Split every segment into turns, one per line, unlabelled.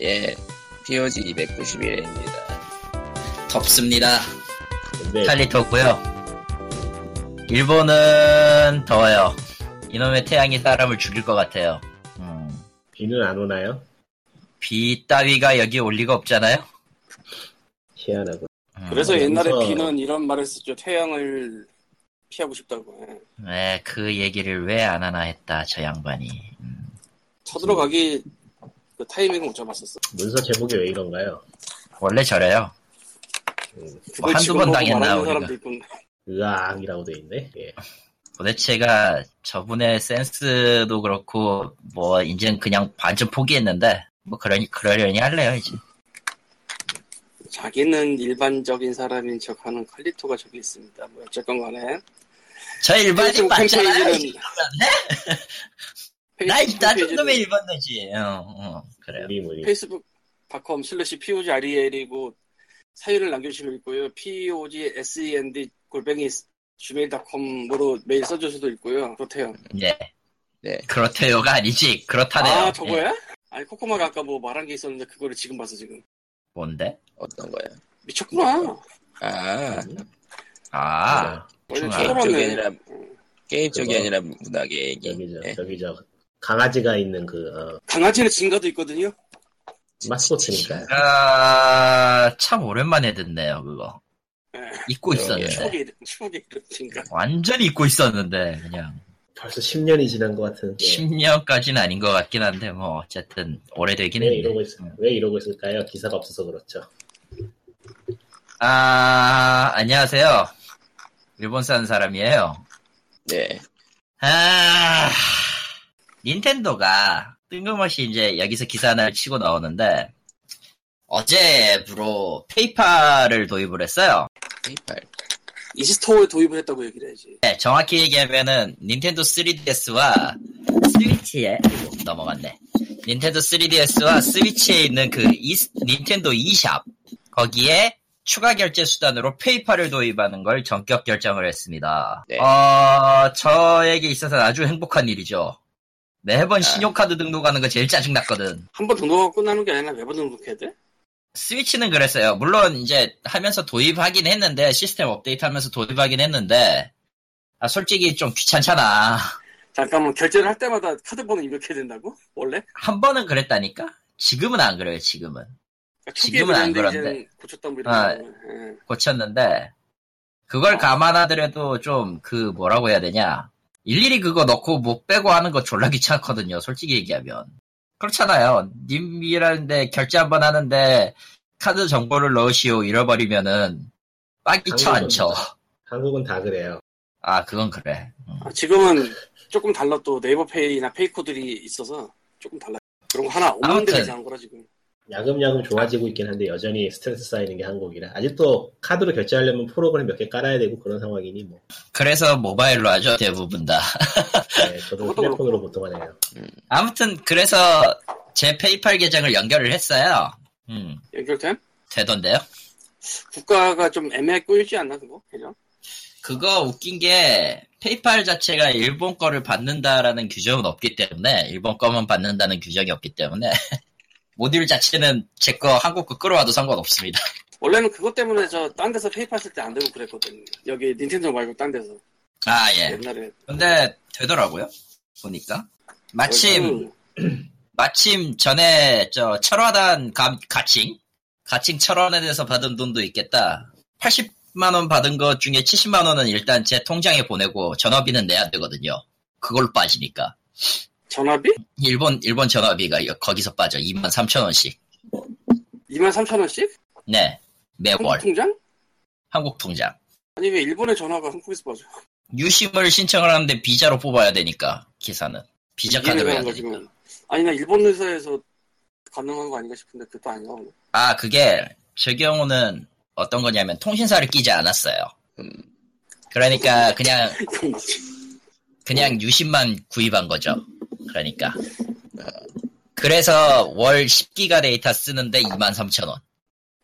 예, POG 291회입니다.
덥습니다.
근데
칼리 네. 덥고요. 일본은 더워요. 이놈의 태양이 사람을 죽일 것 같아요. 음,
비는 안 오나요?
비 따위가 여기 올 리가 없잖아요.
희한하고.
음,
그래서 옛날에
그래서-
비는 이런 말을 썼죠. 태양을 피하고 싶다고. 예.
네, 그 얘기를 왜 안 하나 했다 저 양반이. 음,
쳐들어가기 그 타이밍을 못 잡았었어.
문서 제목이 왜 이런가요?
원래 저래요.
그걸
한두
지금
번
보고
당했나,
말하는
우리가.
사람도 있군.
으악이라고 돼 있네. 예.
도대체가 저분의 센스도 그렇고 뭐 이젠 그냥 반쯤 포기했는데 뭐 그러니 그러려니 할래요 이제.
자기는 일반적인 사람인 척하는 칼리토가 저기 있습니다. 뭐 어쨌건 간에
저 일반인
페이스북
맞잖아요. 네?
홈페이지는- 페이스북
나나좀
홈페이지는
놈의 일반이지. 어, 어, 그래요.
우리 문이.
페이스북.com 슬래시 POG REL이고 사유를 남겨주시면 있고요. POG SEND 골뱅이 gmail.com으로 메일 써줄 수도 있고요. 그렇대요.
네.
네.
그렇대요가 아니지. 그렇다네요.
아,
예.
저거야? 아니, 코코마가 아까 뭐 말한 게 있었는데 그거를 지금 봤어, 지금.
뭔데?
어떤 거야?
네.
미쳤구나.
아,
아, 중앙.
완전
게임 쪽이
쳐들었네.
아니라, 게임 쪽이
그거.
아니라 문학의 얘기.
여기죠.
예,
여기죠. 강아지가 있는 그 어,
강아지는 진가도 있거든요.
마스코트니까요.
아, 참 오랜만에 듣네요, 그거.
예.
잊고
예.
있었는데.
추억의 이름, 추억의 이름 진가.
완전히 잊고 있었는데, 그냥.
벌써 10년이 지난 것 같은. 예.
10년까지는 아닌 것 같긴 한데, 뭐, 어쨌든, 오래되긴
왜
했네.
이러고 있,
음.
왜 이러고 있을까요? 기사가 없어서 그렇죠.
아, 안녕하세요. 일본 사는 사람이에요.
네.
아, 닌텐도가 뜬금없이 이제 여기서 기사 하나를 치고 나오는데, 어제부로 페이팔을 도입을 했어요.
페이팔.
이스토어에 도입을 했다고 얘기를 해야지.
네, 정확히 얘기하면은 닌텐도 3DS와 스위치에 아이고, 넘어갔네. 닌텐도 3DS와 스위치에 있는 그 이- 닌텐도 e샵 거기에 추가 결제 수단으로 페이팔을 도입하는 걸 전격 결정을 했습니다.
네.
어, 저에게 있어서 아주 행복한 일이죠. 매번 신용카드 등록하는 거 제일 짜증 났거든.
한 번 등록하고 끝나는 게 아니라 매번 등록해야 돼?
스위치는 그랬어요. 물론 이제 하면서 도입하긴 했는데 시스템 업데이트하면서 도입하긴 했는데 아, 솔직히 좀 귀찮잖아.
잠깐만, 결제를 할 때마다 카드번호 입력해야 된다고? 원래?
한 번은 그랬다니까? 지금은 안 그래요, 지금은.
그러니까
지금은 안
초기에 그랬는데
그런데.
이제는 고쳤다 뭐 이런
아.
거는.
고쳤는데, 그걸 감안하더라도 좀, 그, 뭐라고 해야 되냐. 일일이 그거 넣고 못 빼고 하는 거 졸라 귀찮거든요, 솔직히 얘기하면. 그렇잖아요. 님이라는데 결제 한 번 하는데, 카드 정보를 넣으시오, 잃어버리면은, 빡이 쳐, 안 쳐.
한국은 다 그래요.
아, 그건 그래. 음.
아, 지금은 조금 달라 또 네이버페이나 페이코들이 있어서 조금 달라. 그런 거 하나 없는 데가
아무튼.
이상한 거라 지금.
야금야금 좋아지고 있긴 한데 여전히 스트레스 쌓이는 게 한국이라 아직도 카드로 결제하려면 프로그램 몇 개 깔아야 되고 그런 상황이니 뭐
그래서 모바일로 하죠, 대부분 다.
네, 저도 휴대폰으로 보통 하네요.
아무튼, 그래서, 제 페이팔 계정을 연결을 했어요. 음,
연결템?
되던데요?
국가가 좀 애매하게 꼬이지 않나 그거? 그죠?
그거 웃긴 게 페이팔 자체가 일본 거를 받는다라는 규정은 없기 때문에 일본 거만 받는다는 규정이 없기 때문에 모듈 자체는 제 거 한국 거 끌어와도 상관없습니다.
원래는 그것 때문에 저 딴 데서 페이팔 쓸 때 안 되고 그랬거든. 여기 닌텐도 말고 딴 데서
아 예.
옛날에.
근데 되더라고요. 보니까 마침
음,
마침 전에 저 철화단 감, 가칭 가칭 철원에 대해서 받은 돈도 있겠다. 80만 원 받은 것 중에 70만 원은 일단 제 통장에 보내고 전화비는 내야 되거든요. 그걸로 빠지니까.
전화비?
일본 일본 전화비가 여- 거기서 빠져 2만 3천 원씩.
23,000원씩?
네
한국
매월
통장?
한국 통장.
아니 왜 일본의 전화가 한국에서 빠져?
유심을 신청을 하는데 비자로 뽑아야 되니까 기사는 비자 카드로 해야
이해가 안
되니까.
가지고. 아니 나 일본 회사에서 가능한 거 아닌가 싶은데 그것도 아닌가 보네.
아 그게 저 경우는 어떤 거냐면 통신사를 끼지 않았어요.
음.
그러니까 그냥
이건 뭐지?
그냥 유심만 구입한 거죠. 그러니까
아.
그래서 월 10기가 데이터 쓰는데 2만 3천 원.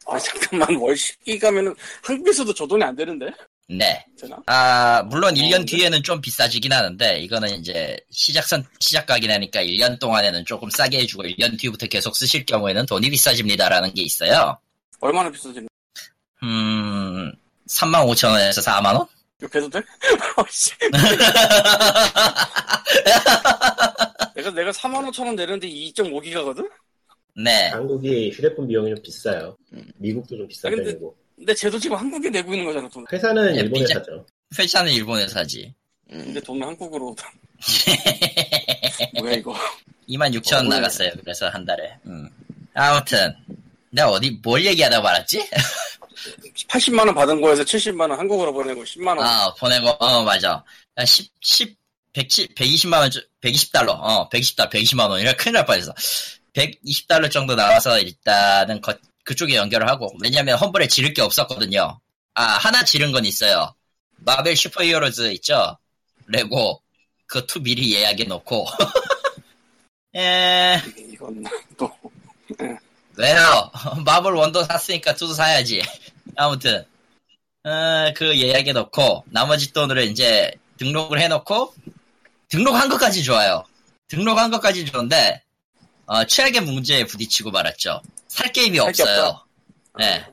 아 잠깐만 월 10기 가면은 한국에서도 저 돈이 안 되는데?
네.
되나? 어, 네.
아, 물론 1년
근데-
뒤에는 좀 비싸지긴 하는데, 이거는 이제 시작선, 시작가긴 하니까 1년 동안에는 조금 싸게 해주고, 1년 뒤부터 계속 쓰실 경우에는 돈이 비싸집니다라는 게 있어요.
얼마나 비싸지는?
음, 35,000원에서 4만원?
욕해도 돼? 어, 씨. 내가 내가 4만 5천 원 내는데 2.5기가거든?
네.
한국이 휴대폰 비용이 좀 비싸요.
음.
미국도 좀 비싼
아, 근데-
편이고.
근데 쟤도 지금 한국에 내고 있는 거잖아 돈.
회사는
예,
일본에
비자-
사죠.
회차는 일본에서 하지.
음.
근데 돈은 한국으로. 뭐야 이거?
26,000원
어,
나갔어요. 그래서 한 달에. 음. 아무튼. 내가 어디, 뭘 얘기하다 말았지?
80만 원 받은 거에서 70만 원 한국으로 보내고 10만 원.
아, 보내고, 어, 맞아. 아, 10, 10, 110, 120만원, 120달러, 어, 120달러, 120만원이라 큰일 날 뻔했어. 120달러 정도 나와서 일단은 거- 그쪽에 연결을 하고, 왜냐면 험블에 지를 게 없었거든요. 아, 하나 지른 건 있어요. 마벨 슈퍼 히어로즈 있죠? 레고, 그 투 미리 예약해 놓고. 에,
이건 또
왜요? 마블 원도 샀으니까 투도 사야지. 아무튼 어, 그 예약해 놓고 나머지 돈으로 이제 등록을 해놓고 등록한 것까지 좋아요. 등록한 것까지 좋은데 어, 최악의 문제에 부딪히고 말았죠. 살 게임이
게
없어요.
없다.
네.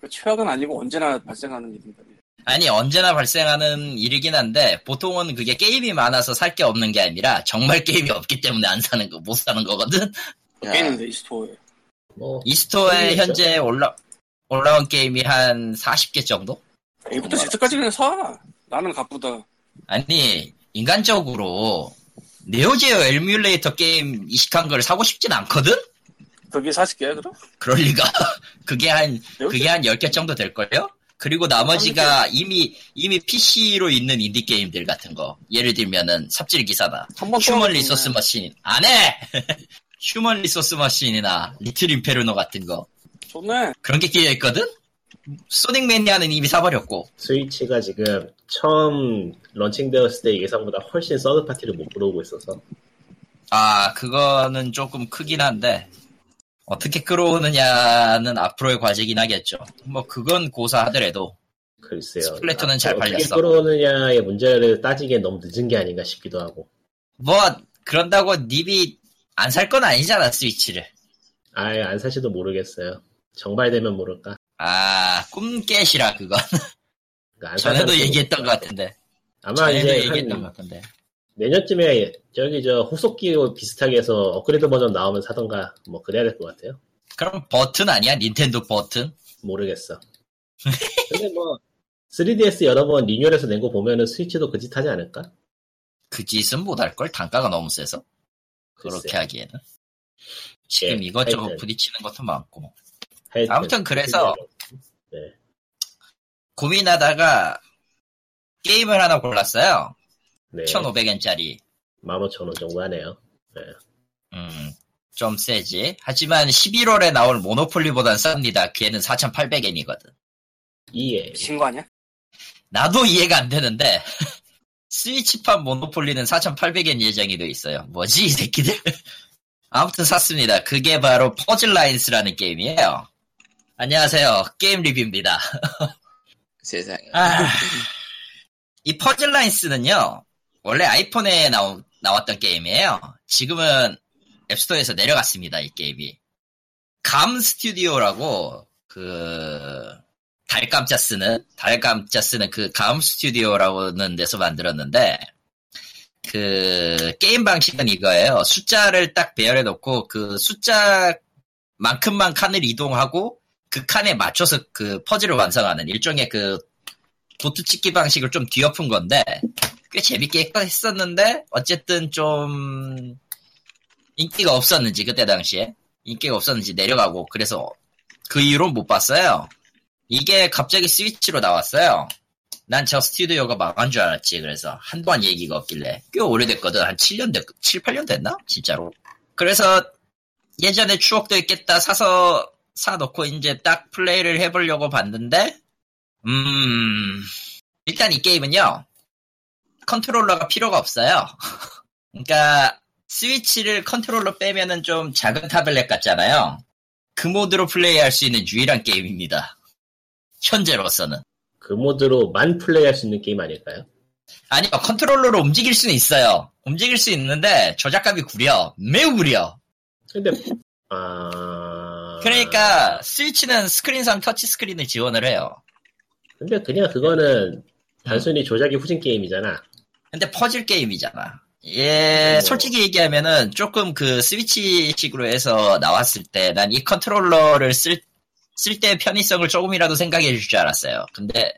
그 최악은 아니고 언제나 발생하는 일입니다.
아니 언제나 발생하는 일이긴 한데 보통은 그게 게임이 많아서 살 게 없는 게 아니라 정말 게임이 없기 때문에 안 사는 거 못 사는 거거든.
야,
있는데 이 스토어에.
뭐
이 스토어에
게임이죠.
현재 올라 올라온 게임이 한 40개 정도?
A부터 Z까지 그냥 사. 나는 가쁘다.
아니 인간적으로 네오제어 에뮬레이터 게임 이식한 걸 사고 싶진 않거든?
그게 40개야 그럼?
그럴 리가 그게 한
네오제어?
그게 한 10개 정도 될걸요? 그리고 나머지가 이미 이미 PC로 있는 인디 게임들 같은 거 예를 들면은 삽질 기사나
한번
휴먼 리소스 머신 안해 휴먼 리소스 머신이나 리틀 임페르노 같은 거
좋네.
그런 게 끼려 있거든? 소닉 매니아는 이미 사버렸고
스위치가 지금 처음 런칭되었을 때 예상보다 훨씬 서드 파티를 못 부르고 있어서
아, 그거는 조금 크긴 한데, 어떻게 끌어오느냐는 앞으로의 과제긴 하겠죠. 뭐, 그건 고사하더라도,
글쎄요. 아,
스플래툰은 잘
어떻게
팔렸어.
끌어오느냐의 문제를 따지기엔 너무 늦은 게 아닌가 싶기도 하고.
뭐, 그런다고 닙이 안 살 건 아니잖아, 스위치를.
아예 안 사시도 모르겠어요. 정발되면 모를까.
아, 꿈깨시라, 그건.
그러니까 안
전에도
사면
얘기했던 것
모르니까.
같은데.
아마
전에도
이제 그
얘기했던 것
한
같은데.
내년쯤에 저기 저 후속기 비슷하게 해서 업그레이드 버전 나오면 사던가 뭐 그래야 될 것 같아요.
그럼 버튼 아니야? 닌텐도 버튼?
모르겠어. 근데 뭐 3DS 여러 번 리뉴얼해서 낸 거 보면은 스위치도 그 짓 하지 않을까?
그 짓은 못할걸? 단가가 너무 세서? 그렇게
글쎄요.
하기에는. 지금
예,
이것저것
하여튼.
부딪히는 것도 많고.
하여튼
아무튼 그래서
그래요.
고민하다가 게임을 하나 골랐어요.
네,
1,500엔짜리.
15,000원 정도 하네요.
음, 좀 세지. 하지만 11월에 나올 모노폴리보단 쌉니다. 걔는 4,800엔이거든.
이에
미친 거 아니야?
나도 이해가 안 되는데, 스위치판 모노폴리는 4,800엔 예정이 돼 있어요. 뭐지, 이 새끼들? 아무튼 샀습니다. 그게 바로 퍼즐라인스라는 게임이에요. 안녕하세요. 게임 리뷰입니다.
세상에.
아, 이 퍼즐라인스는요, 원래 아이폰에 나오, 나왔던 게임이에요. 지금은 앱스토어에서 내려갔습니다, 이 게임이. 감 스튜디오라고, 그, 달감자 쓰는, 달감자 쓰는 그 감 스튜디오라고는 데서 만들었는데, 그, 게임 방식은 이거예요. 숫자를 딱 배열해 놓고, 그 숫자만큼만 칸을 이동하고, 그 칸에 맞춰서 그 퍼즐을 완성하는 일종의 그 도트 찍기 방식을 좀 뒤엎은 건데 꽤 재밌게 했었는데 어쨌든 좀 인기가 없었는지 그때 당시에 인기가 없었는지 내려가고 그래서 그 이후로 못 봤어요. 이게 갑자기 스위치로 나왔어요. 난 저 스튜디오가 망한 줄 알았지. 그래서 한동안 얘기가 없길래 꽤 오래됐거든. 한 7년 됐 7, 8년 됐나? 진짜로. 그래서 예전에 추억도 있겠다 사서 사놓고 이제 딱 플레이를 해보려고 봤는데 음, 일단 이 게임은요, 컨트롤러가 필요가 없어요. 그러니까, 스위치를 컨트롤러 빼면은 좀 작은 타블렛 같잖아요. 그 모드로 플레이할 수 있는 유일한 게임입니다. 현재로서는.
그 모드로 만 플레이할 수 있는 게임 아닐까요?
아니요, 컨트롤러로 움직일 수는 있어요. 움직일 수 있는데 저작감이 구려. 매우 구려.
근데 아
그러니까 스위치는 스크린상 터치 스크린을 지원을 해요.
근데 그냥 그거는 단순히 조작이 후진 게임이잖아.
근데 퍼즐 게임이잖아. 예,
뭐.
솔직히 얘기하면은 조금 그 스위치식으로 해서 나왔을 때 난 이 컨트롤러를 쓸, 쓸 때 편의성을 조금이라도 생각해 줄 줄 알았어요. 근데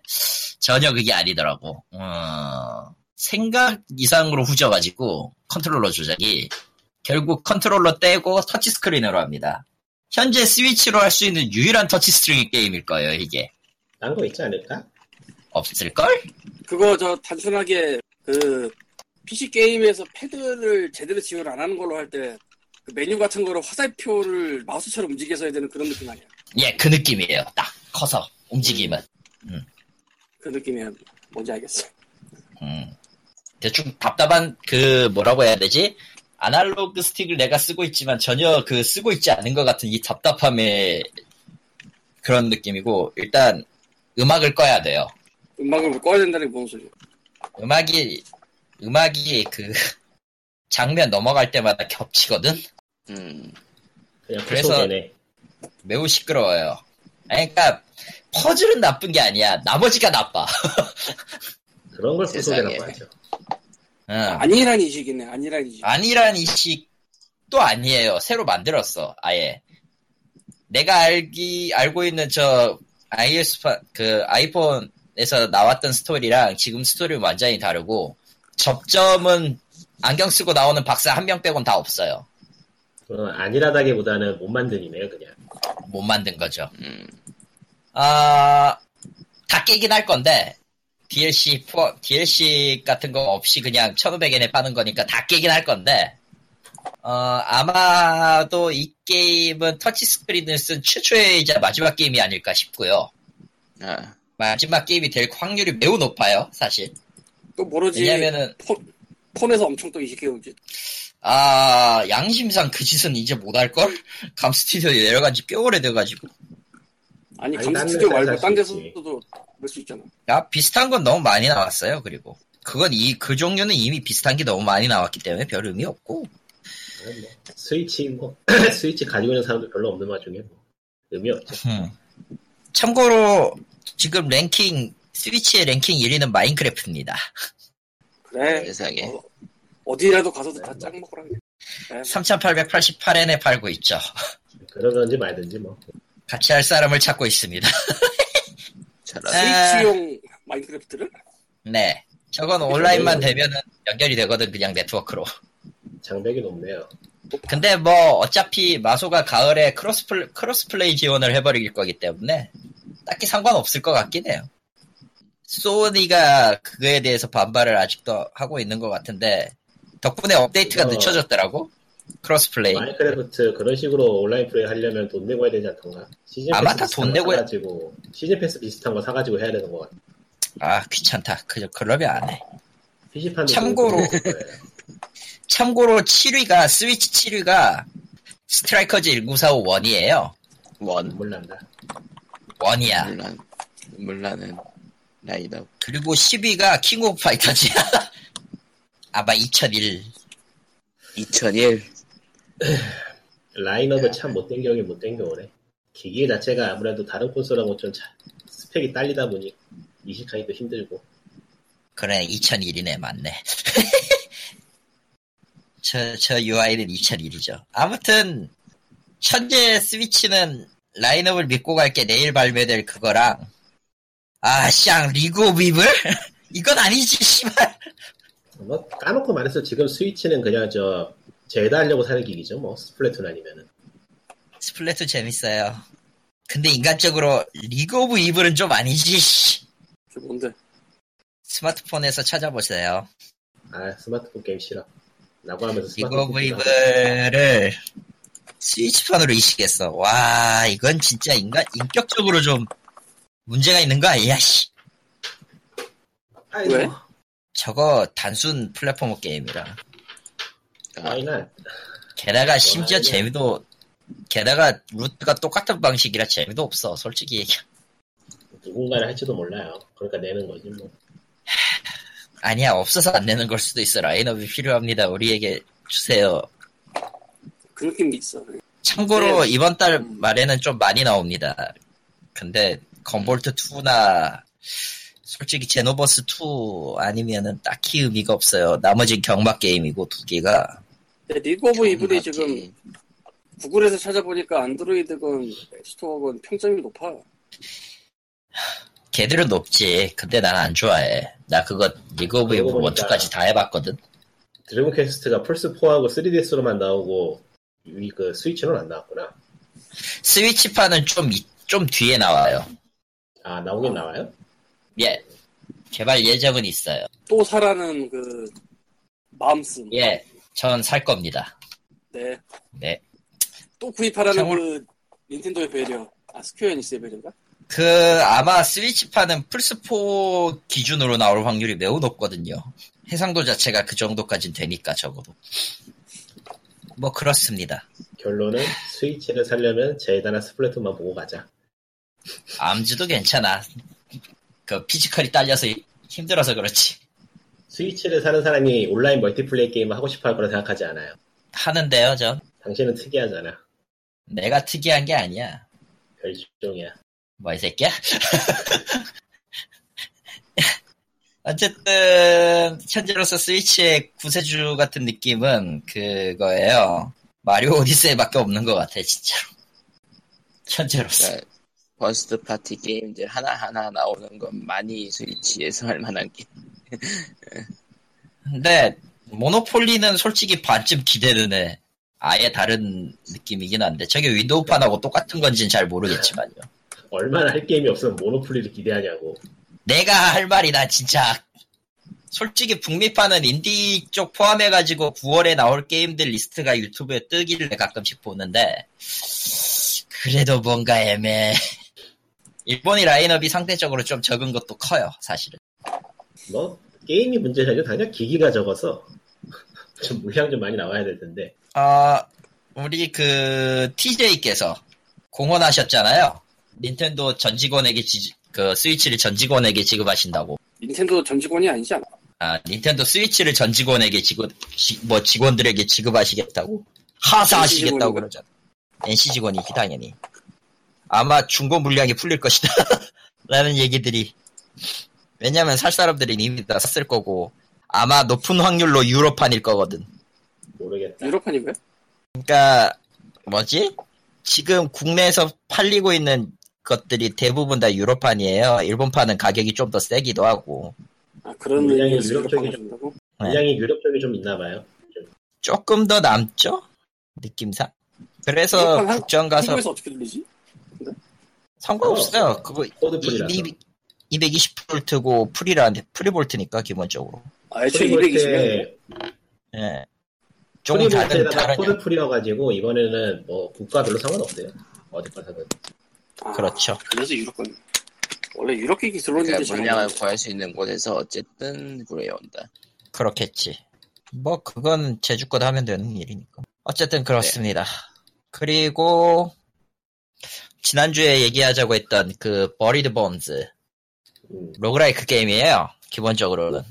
전혀 그게 아니더라고. 어, 생각 이상으로 후져가지고 컨트롤러 조작이 결국 컨트롤러 떼고 터치 스크린으로 합니다. 현재 스위치로 할 수 있는 유일한 터치 스크린 게임일 거예요, 이게.
딴 거 있지 않을까?
없을걸?
그거 저 단순하게 그 PC 게임에서 패드를 제대로 지원 안 하는 걸로 할 때 그 메뉴 같은 거로 화살표를 마우스처럼 움직여서 해야 되는 그런 느낌 아니야?
예, 그 느낌이에요. 딱 커서 움직임은.
그 느낌이야. 뭔지 알겠어.
음. 대충 답답한 그 뭐라고 해야 되지? 아날로그 스틱을 내가 쓰고 있지만 전혀 그 쓰고 있지 않은 것 같은 이 답답함의 그런 느낌이고 일단 음악을 꺼야 돼요.
음악을 뭐 꺼야 된다는 게 뭔 소리야?
음악이 음악이 그 장면 넘어갈 때마다 겹치거든.
음.
그냥
그래서-
구성되네.
매우 시끄러워요. 아니, 그러니까 퍼즐은 나쁜 게 아니야. 나머지가 나빠.
그런 걸 구성이라고
세상에.
하죠.
응.
아니란 이식이네. 아니란 이식.
아니란 이식도 아니에요. 새로 만들었어. 아예. 내가 알기 알고 있는 저 iOS 파- 그 아이폰에서 나왔던 스토리랑 지금 스토리는 완전히 다르고 접점은 안경 쓰고 나오는 박사 한 명 빼곤 다 없어요.
어, 아니라다기보다는 못 만드니네요, 그냥.
못 만든 거죠.
음.
아, 다 깨긴 할 건데, DLC, 포, DLC 같은 거 없이 그냥 1,500엔에 파는 거니까 다 깨긴 할 건데, 어, 아마도 이 게임은 터치스크린을 쓴 최초이자 마지막 게임이 아닐까 싶고요.
아.
마지막 게임이 될 확률이 매우 높아요, 사실.
또 모르지.
왜냐면은,
폰, 폰에서 엄청 또 이식해오지.
아, 양심상 그 짓은 이제 못할걸? 감스튜디오 내려간 지 꽤 오래돼가지고.
아니,
아니,
감스튜디오
딴 데서
말고
할수
딴
있지.
데서도 볼 수 있잖아.
아, 비슷한 건 너무 많이 나왔어요, 그리고. 그건 이, 그 종류는 이미 비슷한 게 너무 많이 나왔기 때문에 별 의미 없고.
뭐, 스위치, 뭐, 스위치 가지고 있는 사람도 별로 없는 와중에 뭐, 의미 없죠.
음. 참고로, 지금 랭킹, 스위치의 랭킹 1위는 마인크래프트입니다.
그래.
세상에.
어, 어디라도 가서도 다 짱 먹으라. 그래. 그래.
3,888엔에 팔고 있죠.
그러든지 말든지 뭐.
같이 할 사람을 찾고 있습니다.
저런.
아.
스위치용 마인크래프트를?
네. 저건 온라인만 되면은 연결이 되거든, 그냥 네트워크로.
장벽이 높네요.
근데 뭐, 어차피 마소가 가을에 크로스플레이, 크로스플레이 지원을 해버릴 거기 때문에, 딱히 상관없을 것 같긴 해요. 소니가 그거에 대해서 반발을 아직도 하고 있는 것 같은데, 덕분에 업데이트가
이거-
늦춰졌더라고? 크로스플레이.
마인크래프트 그런 식으로 온라인 플레이 하려면 돈 내고 해야 되지 않던가? 시즌
아마
패스
다
비슷한
돈
거
내고 해-
사가지고, 시즌 패스 비슷한 거 사가지고 해야 되는 것 같아.
아 귀찮다. 그 그러면 안 해.
PC판도
참고로- 참고로 7위가 스위치 7위가 스트라이커즈 1945 원이에요.
원.
몰란다.
원이야.
물란. 물란은 라이더.
그리고 10위가 킹 오브 파이터즈야. 아마 2001.
2001.
네.
라인업을 참 못 땡겨오긴 못 땡겨오네. 기기 자체가 아무래도 다른 콘솔하고 좀 차- 스펙이 딸리다 보니 이식하기도 힘들고.
그래 2001이네 맞네. 저, 저 UI는 2001이죠. 아무튼 현재 스위치는 라인업을 믿고 갈게 내일 발매될 그거랑 아쌍 리그 오브 이블? 이건 아니지 씨발.
뭐 까놓고 말해서 지금 스위치는 그냥 저 제다하려고 사는 기기죠. 뭐 스플래툰 아니면은
스플래툰 재밌어요. 근데 인간적으로 리그 오브 이블은 좀 아니지. 씨.
그 뭔데?
스마트폰에서 찾아보세요.
아 스마트폰 게임 싫어. 라고 하면서
리그 오브
스마트폰 게임
이블을 스위치판으로 이식했어. 와 이건 진짜 인간 인격적으로 좀 문제가 있는 거 아니야? 씨.
아이고,
왜?
저거 단순 플랫폼 게임이라.
아,
와이나
게다가 심지어
이거.
재미도 게다가 루트가 똑같은 방식이라 재미도 없어. 솔직히 얘기.
누군가를 할지도 몰라요. 그러니까 내는 거지 뭐.
아니야 없어서 안 내는 걸 수도 있어 라인업이 필요합니다 우리에게 주세요
그런 느낌이 있어.
참고로
네.
이번 달 말에는 좀 많이 나옵니다 근데 건볼트 2나 솔직히 제노버스 2 아니면은 딱히 의미가 없어요 나머지 경막 게임이고 두 개가
근데 리그 오브 이블이
경락기.
지금 구글에서 찾아보니까 안드로이드건 스토어건 평점이 높아.
걔들은 높지 근데 난 안 좋아해 나 그거 리그 오브 이브
그러고 보니까-
1,2까지 다 해봤거든
드래곤 퀘스트가 플스 4하고 3DS로만 나오고 이 그 스위치로는 안 나왔구나.
스위치판은 좀, 이- 좀 뒤에 나와요
아 나오긴 나와요?
예 개발 예정은 있어요
또 사라는 그 마음씀.
예 전 살 겁니다
네.
네
또 구입하라는
참고로-
그 닌텐도의 배려. 아 스퀘어 엔닉스의 배려인가?
그 아마 스위치판은 플스4 기준으로 나올 확률이 매우 높거든요. 해상도 자체가 그 정도까진 되니까 적어도. 뭐 그렇습니다.
결론은 스위치를 살려면 제이다나 스플래툰만 보고 가자.
암즈도 괜찮아. 그 피지컬이 딸려서 힘들어서 그렇지.
스위치를 사는 사람이 온라인 멀티플레이 게임을 하고 싶어 할 거라 생각하지 않아요.
하는데요, 전.
당신은 특이하잖아.
내가 특이한 게 아니야.
별종이야.
뭐 이 새끼야? 어쨌든 현재로서 스위치의 구세주 같은 느낌은 그거예요. 마리오 오디세이밖에 없는 것 같아 진짜로. 현재로서
그러니까 퍼스트 파티 게임들 하나하나 나오는 건 많이 스위치에서 할 만한 게
근데 모노폴리는 솔직히 반쯤 기대는 해. 아예 다른 느낌이긴 한데 저게 윈도우판하고 똑같은 건지는 잘 모르겠지만요.
얼마나 할 게임이 없으면 모노폴리를 기대하냐고.
내가 할 말이 나 진짜 솔직히 북미판은 인디 쪽 포함해가지고 9월에 나올 게임들 리스트가 유튜브에 뜨기를 가끔씩 보는데 그래도 뭔가 애매해 일본이 라인업이 상대적으로 좀 적은 것도 커요 사실은
뭐 게임이 문제가 아니라 당장 기기가 적어서 좀 물량 좀 많이 나와야 될 텐데
아 우리 그 TJ께서 공언하셨잖아요 닌텐도 전 직원에게 지- 그 스위치를 전 직원에게 지급하신다고
닌텐도 전 직원이 아니지 않아?
아, 닌텐도 스위치를 전 직원에게 지급, 지- 뭐 직원들에게 지급하시겠다고? 하사하시겠다고
직원이구나.
그러잖아. NC 직원이기 당연히. 아마 중고 물량이 풀릴 것이다. 라는 얘기들이. 왜냐면 살 사람들은 이미 다 샀을 거고, 아마 높은 확률로 유럽판일 거거든.
모르겠다.
유럽판인가요?
그러니까, 뭐지? 지금 국내에서 팔리고 있는 것들이 대부분 다 유럽판이에요. 일본판은 가격이 좀 더 세기도 하고.
아 그런
물량이
의미에서
유럽 쪽이
유럽판을 준다고?
네.
물량이 유럽 쪽이 좀 있나 봐요.
조금 더 남죠? 느낌상? 그래서
네,
이것만 한-
국정 가서
한국에서 어떻게 들리지?
상관없어요. 그거
코드풀이라서.
220V고 프리라는데 프리볼트니까 기본적으로.
아 애초에 220이면
예. 조금 다른
프리볼트에다가
다른
코드풀이어가지고 이번에는 뭐 국가별로 상관없어요. 어디 가서든
아,
그렇죠.
그래서 유럽건 원래 유럽 기기 들어오는데
그러니까
잘
물량을
모르겠어.
구할 수 있는 곳에서 어쨌든 구해온다
그렇겠지. 뭐 그건 제주껏 하면 되는 일이니까. 어쨌든 그렇습니다.
네.
그리고 지난주에 얘기하자고 했던 그 버리드 범즈
음,
로그라이크 게임이에요. 기본적으로는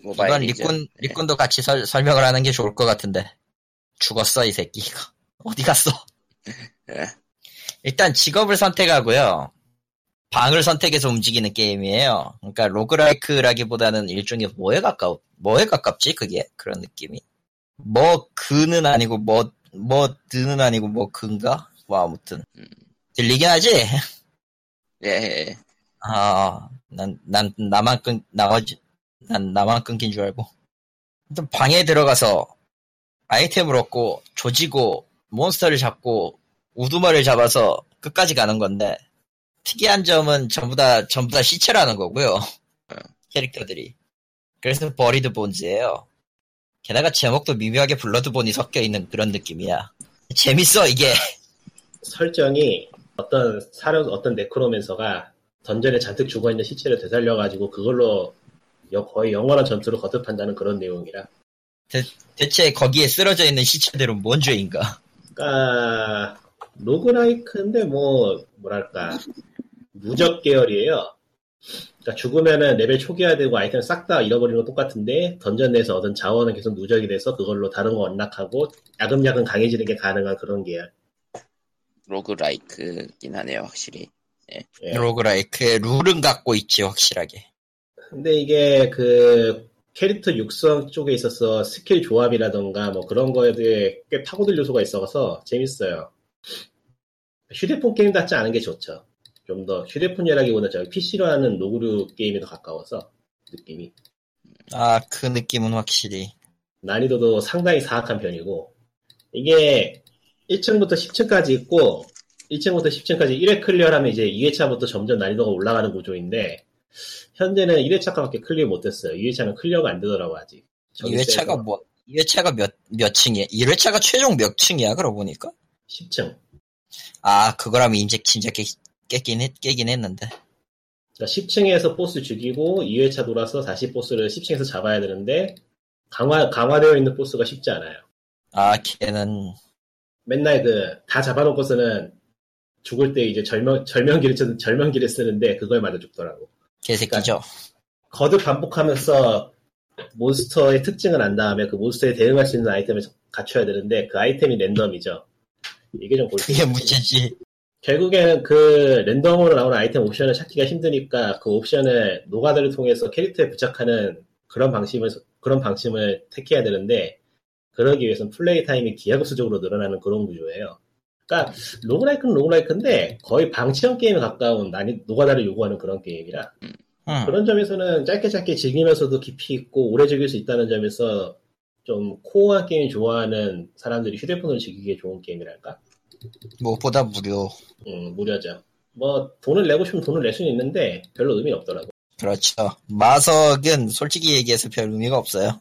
이건
모바일이죠 예.
리꾼 리꾼도 같이 설, 설명을 하는 게 좋을 것 같은데 죽었어 이 새끼 이거 어디 갔어?
예.
일단 직업을 선택하고요. 방을 선택해서 움직이는 게임이에요. 그러니까 로그라이크라기보다는 일종의 뭐에 가까워 뭐에 가깝지 그게 그런 느낌이 뭐 그는 아니고 뭐 뭐 드는 아니고 뭐 근가 뭐 아무튼
음.
들리긴 하지.
예, 예.
아, 난, 난, 나만 끊, 나머지, 난 나만 끊긴 줄 알고. 일단 방에 들어가서 아이템을 얻고, 조지고, 몬스터를 잡고, 우두머리를 잡아서 끝까지 가는 건데, 특이한 점은 전부 다, 전부 다 시체라는 거고요. 캐릭터들이. 그래서 버리드 본즈예요 게다가 제목도 미묘하게 블러드본이 섞여 있는 그런 느낌이야. 재밌어, 이게.
설정이 어떤 사료 어떤 네크로맨서가 던전에 잔뜩 죽어있는 시체를 되살려가지고 그걸로 여- 거의 영원한 전투를 거듭한다는 그런 내용이라.
대체 거기에 쓰러져 있는 시체들은 뭔 죄인가?
그러니까 로그라이크인데 뭐 뭐랄까 누적 계열이에요. 그러니까 죽으면은 레벨 초기화되고 아이템 싹 다 잃어버리는 건 똑같은데 던전 내에서 얻은 자원은 계속 누적이 돼서 그걸로 다른 거 언락하고 야금야금 강해지는 게 가능한 그런 계열.
로그라이크긴 하네요, 확실히.
예.
로그라이크의 룰은 갖고 있지 확실하게.
근데 이게 그 캐릭터 육성 쪽에 있어서 스킬 조합이라던가 뭐 그런 거에 대해 꽤 파고들 요소가 있어서 재밌어요. 휴대폰 게임답지 않은 게 좋죠. 좀 더 휴대폰이라기보다 저기 PC로 하는 노구류 게임에 더 가까워서 느낌이.
아 그 느낌은 확실히.
난이도도 상당히 사악한 편이고 이게 1층부터 10층까지 있고 1층부터 10층까지 1회 클리어하면 이제 2회차부터 점점 난이도가 올라가는 구조인데 현재는 1회차밖에 클리어 못했어요. 2회차는 클리어가 안 되더라고 아직.
이 회차가 뭐? 이 회차가 몇 몇 층이야? 이 회차가 최종 몇 층이야? 그러고 보니까.
10층.
아 그거라면 이제 진짜 깨, 깨긴 했 깨긴 했는데.
그러니까 10층에서 보스 죽이고 2회차 돌아서 다시 보스를 10층에서 잡아야 되는데 강화 강화되어 있는 보스가 쉽지 않아요.
아 걔는
맨날 그 다 잡아놓고서는 죽을 때 이제 절명 절명기를 쓰- 절명기를 쓰는데 그걸 맞아 죽더라고.
개새끼죠.
거듭 반복하면서 몬스터의 특징을 안 다음에 그 몬스터에 대응할 수 있는 아이템을 갖춰야 되는데 그 아이템이 랜덤이죠. 이게 좀 골치.
그게 문제지.
결국에는 그 랜덤으로 나오는 아이템 옵션을 찾기가 힘드니까 그 옵션을 노가다를 통해서 캐릭터에 부착하는 그런 방식을 그런 방침을 택해야 되는데 그러기 위해서는 플레이 타임이 기하급수적으로 늘어나는 그런 구조예요. 그러니까 로그라이크는 로그라이크인데 거의 방치형 게임에 가까운 난이 노가다를 요구하는 그런 게임이라
응.
그런 점에서는 짧게 짧게 즐기면서도 깊이 있고 오래 즐길 수 있다는 점에서 좀 코어한 게임 좋아하는 사람들이 휴대폰으로 즐기기에 좋은 게임이랄까?
무엇보다 무료.
음, 무료죠. 뭐 돈을 내고 싶으면 돈을 낼 수는 있는데 별로 의미 없더라고.
그렇죠. 마석은 솔직히 얘기해서 별 의미가 없어요.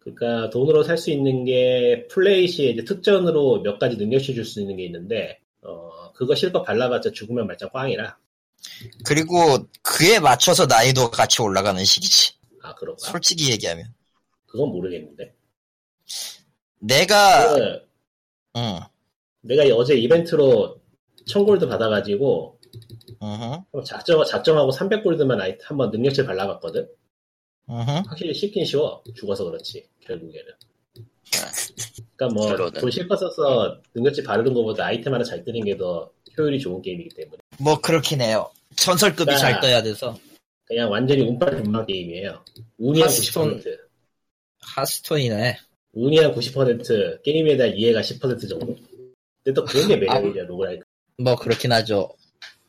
그러니까 돈으로 살 수 있는 게 플레이 시에 이제 특전으로 몇 가지 능력치 줄 수 있는 게 있는데 어 그거 실컷 발라봤자 죽으면 말짱 꽝이라.
그리고 그에 맞춰서 난이도가 같이 올라가는 식이지.
아 그런가?
솔직히 얘기하면.
그건 모르겠는데.
내가,
그-
응,
내가 어제 이벤트로 청골드 받아가지고
응,
어, 작정, 작정하고 300골드만 아이 한번 능력치 발라봤거든?
응,
확실히 쉽긴 쉬워. 죽어서 그렇지, 결국에는. 그니까 뭐,
결론은?
돈 실컷 써서 능력치 바르는 것보다 아이템 하나 잘 뜨는 게 더 효율이 좋은 게임이기 때문에.
뭐 그렇긴 해요. 전설급이
자.
잘 떠야 돼서.
그냥 완전히 운빨 분마 게임이에요. 운이 한
하스톤.
90%.
하스톤이네.
운이 한 90%, 게임에 대한 이해가 10% 정도. 근데 또 그런 게 매력이죠, 로그라이크.
뭐 그렇긴 하죠.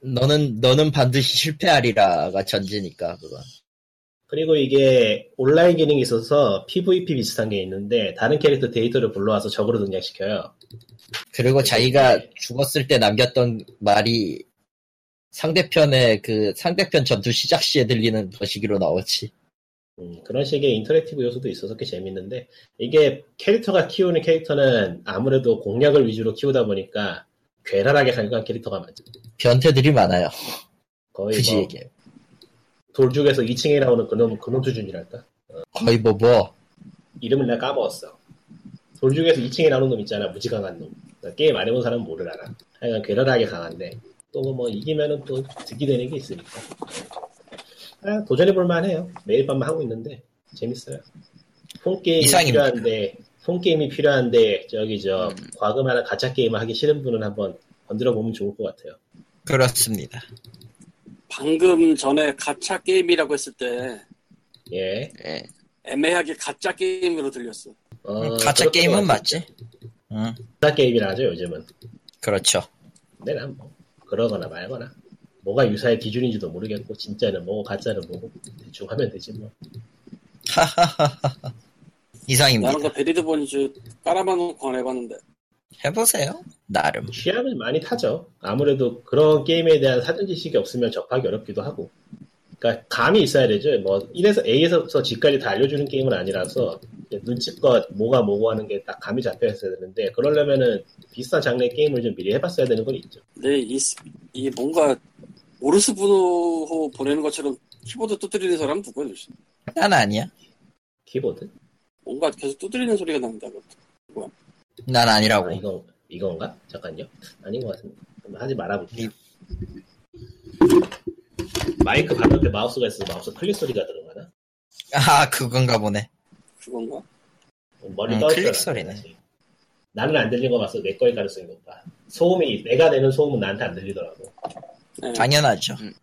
너는, 너는 반드시 실패하리라가 전제니까, 그건.
그리고 이게 온라인 기능이 있어서 PVP 비슷한 게 있는데, 다른 캐릭터 데이터를 불러와서 적으로 등장시켜요. 네.
그리고 자기가 죽었을 때 남겼던 말이 상대편의 그 상대편 전투 시작 시에 들리는 거시기로 나오지.
음, 그런 식의 인터랙티브 요소도 있어서 꽤 재밌는데 이게 캐릭터가 키우는 캐릭터는 아무래도 공략을 위주로 키우다 보니까 괴랄하게 갈간 캐릭터가 많죠.
변태들이 많아요.
거의
굳이
뭐
얘기해.
돌죽에서 2층에 나오는 그놈 그놈 수준이랄까.
거의 뭐, 뭐,
이름을 내가 까먹었어. 돌죽에서 2층에 나오는 놈 있잖아 무지강한 놈. 그러니까 게임 안 해본 사람은 모를 알아. 하여간 괴랄하게 강한데 또 뭐 이기면은 또 득이 되는 게 있으니까. 아, 도전해볼 만해요. 매일 밤만 하고 있는데 재밌어요. 폰 게임이
이상입니다.
필요한데 폰 게임이 필요한데 저기 저
음.
과금하나 가짜 게임을 하기 싫은 분은 한번 건드려 보면 좋을 것 같아요.
그렇습니다.
방금 전에 가차 게임이라고 했을 때
예.
예.
애매하게 가짜 게임으로 들렸어.
어,
음, 가짜
그렇다고
게임은
하죠.
맞지? 응,
가짜 게임이라 하죠 요즘은.
그렇죠.
근데 난 뭐, 그러거나 말거나. 뭐가 유사의 기준인지도 모르겠고, 진짜는 뭐고, 가짜는 뭐고, 대충 하면 되지 뭐.
이상입니다.
나는 그 베리드 본즈 깔아만 놓고 안 해봤는데
해보세요. 나름.
취향을 많이 타죠. 아무래도 그런 게임에 대한 사전 지식이 없으면 접하기 어렵기도 하고. 그러니까 감이 있어야 되죠. 뭐, 1에서 A에서부터 G까지 다 알려주는 게임은 아니라서, 눈치껏 뭐가 뭐고 하는 게 딱 감이 잡혀 있어야 되는데, 그러려면은 비슷한 장르의 게임을 좀 미리 해봤어야 되는 건 있죠.
근데 이, 스- 이 뭔가 오르스 분호 보내는 것처럼 키보드 두드리는 사람 누구야 도대체?
난 아니야.
키보드?
뭔가 계속 두드리는 소리가 난다.
난
아,
아니라고.
이건, 이건가? 잠깐요. 아닌 것 같은데. 하지 말아볼게요. 마이크 바로 옆에 마우스가 있어서 마우스 클릭 소리가 들어가나?
아 그건가 보네.
그건가?
어, 머리
음,
떨
클릭 소리네.
나는 안 들린 거 봐서 내 거일 가능성이 높아. 소음이 내가 내는 소음은 나한테 안 들리더라고.
네.
당연하죠.
음.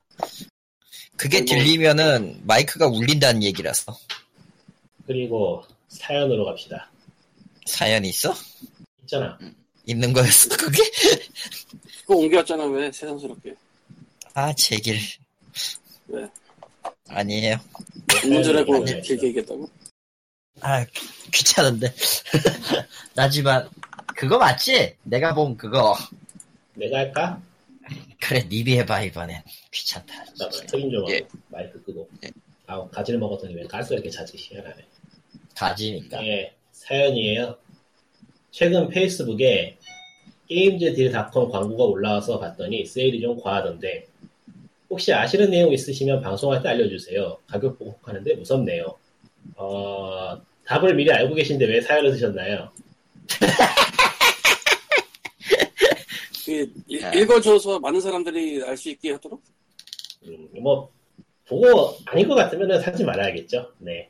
그게
그리고-
들리면은 마이크가 울린다는 얘기라서
그리고 사연으로 갑시다.
사연이 있어?
있잖아.
음,
있는 거였어 그게?
그거 옮겨왔잖아 왜 세상스럽게.
아 제길.
왜?
아니에요.
문제라고
네.
길게 얘기했다고?
아 귀찮은데. 나지만 그거 맞지? 내가 본 그거.
내가 할까?
그래 니비 해봐 이번엔. 귀찮다.
나 책임 좀 하고
예.
마이크 끄고.
예.
아 가지를 먹었더니 왜 가스가 이렇게 자주 희한하네.
가지니까.
예, 사연이에요. 최근 페이스북에 게임즈딜닷컴 광고가 올라와서 봤더니 세일이 좀 과하던데 혹시 아시는 내용 있으시면 방송할 때 알려주세요. 가격 보고 하는데 무섭네요. 어, 답을 미리 알고 계신데 왜 사연을 드셨나요?
그 이-
예.
네.
읽어줘서 많은 사람들이 알 수 있게 하도록?
음, 뭐 보고 아닌 것 같으면 사지 말아야겠죠. 네.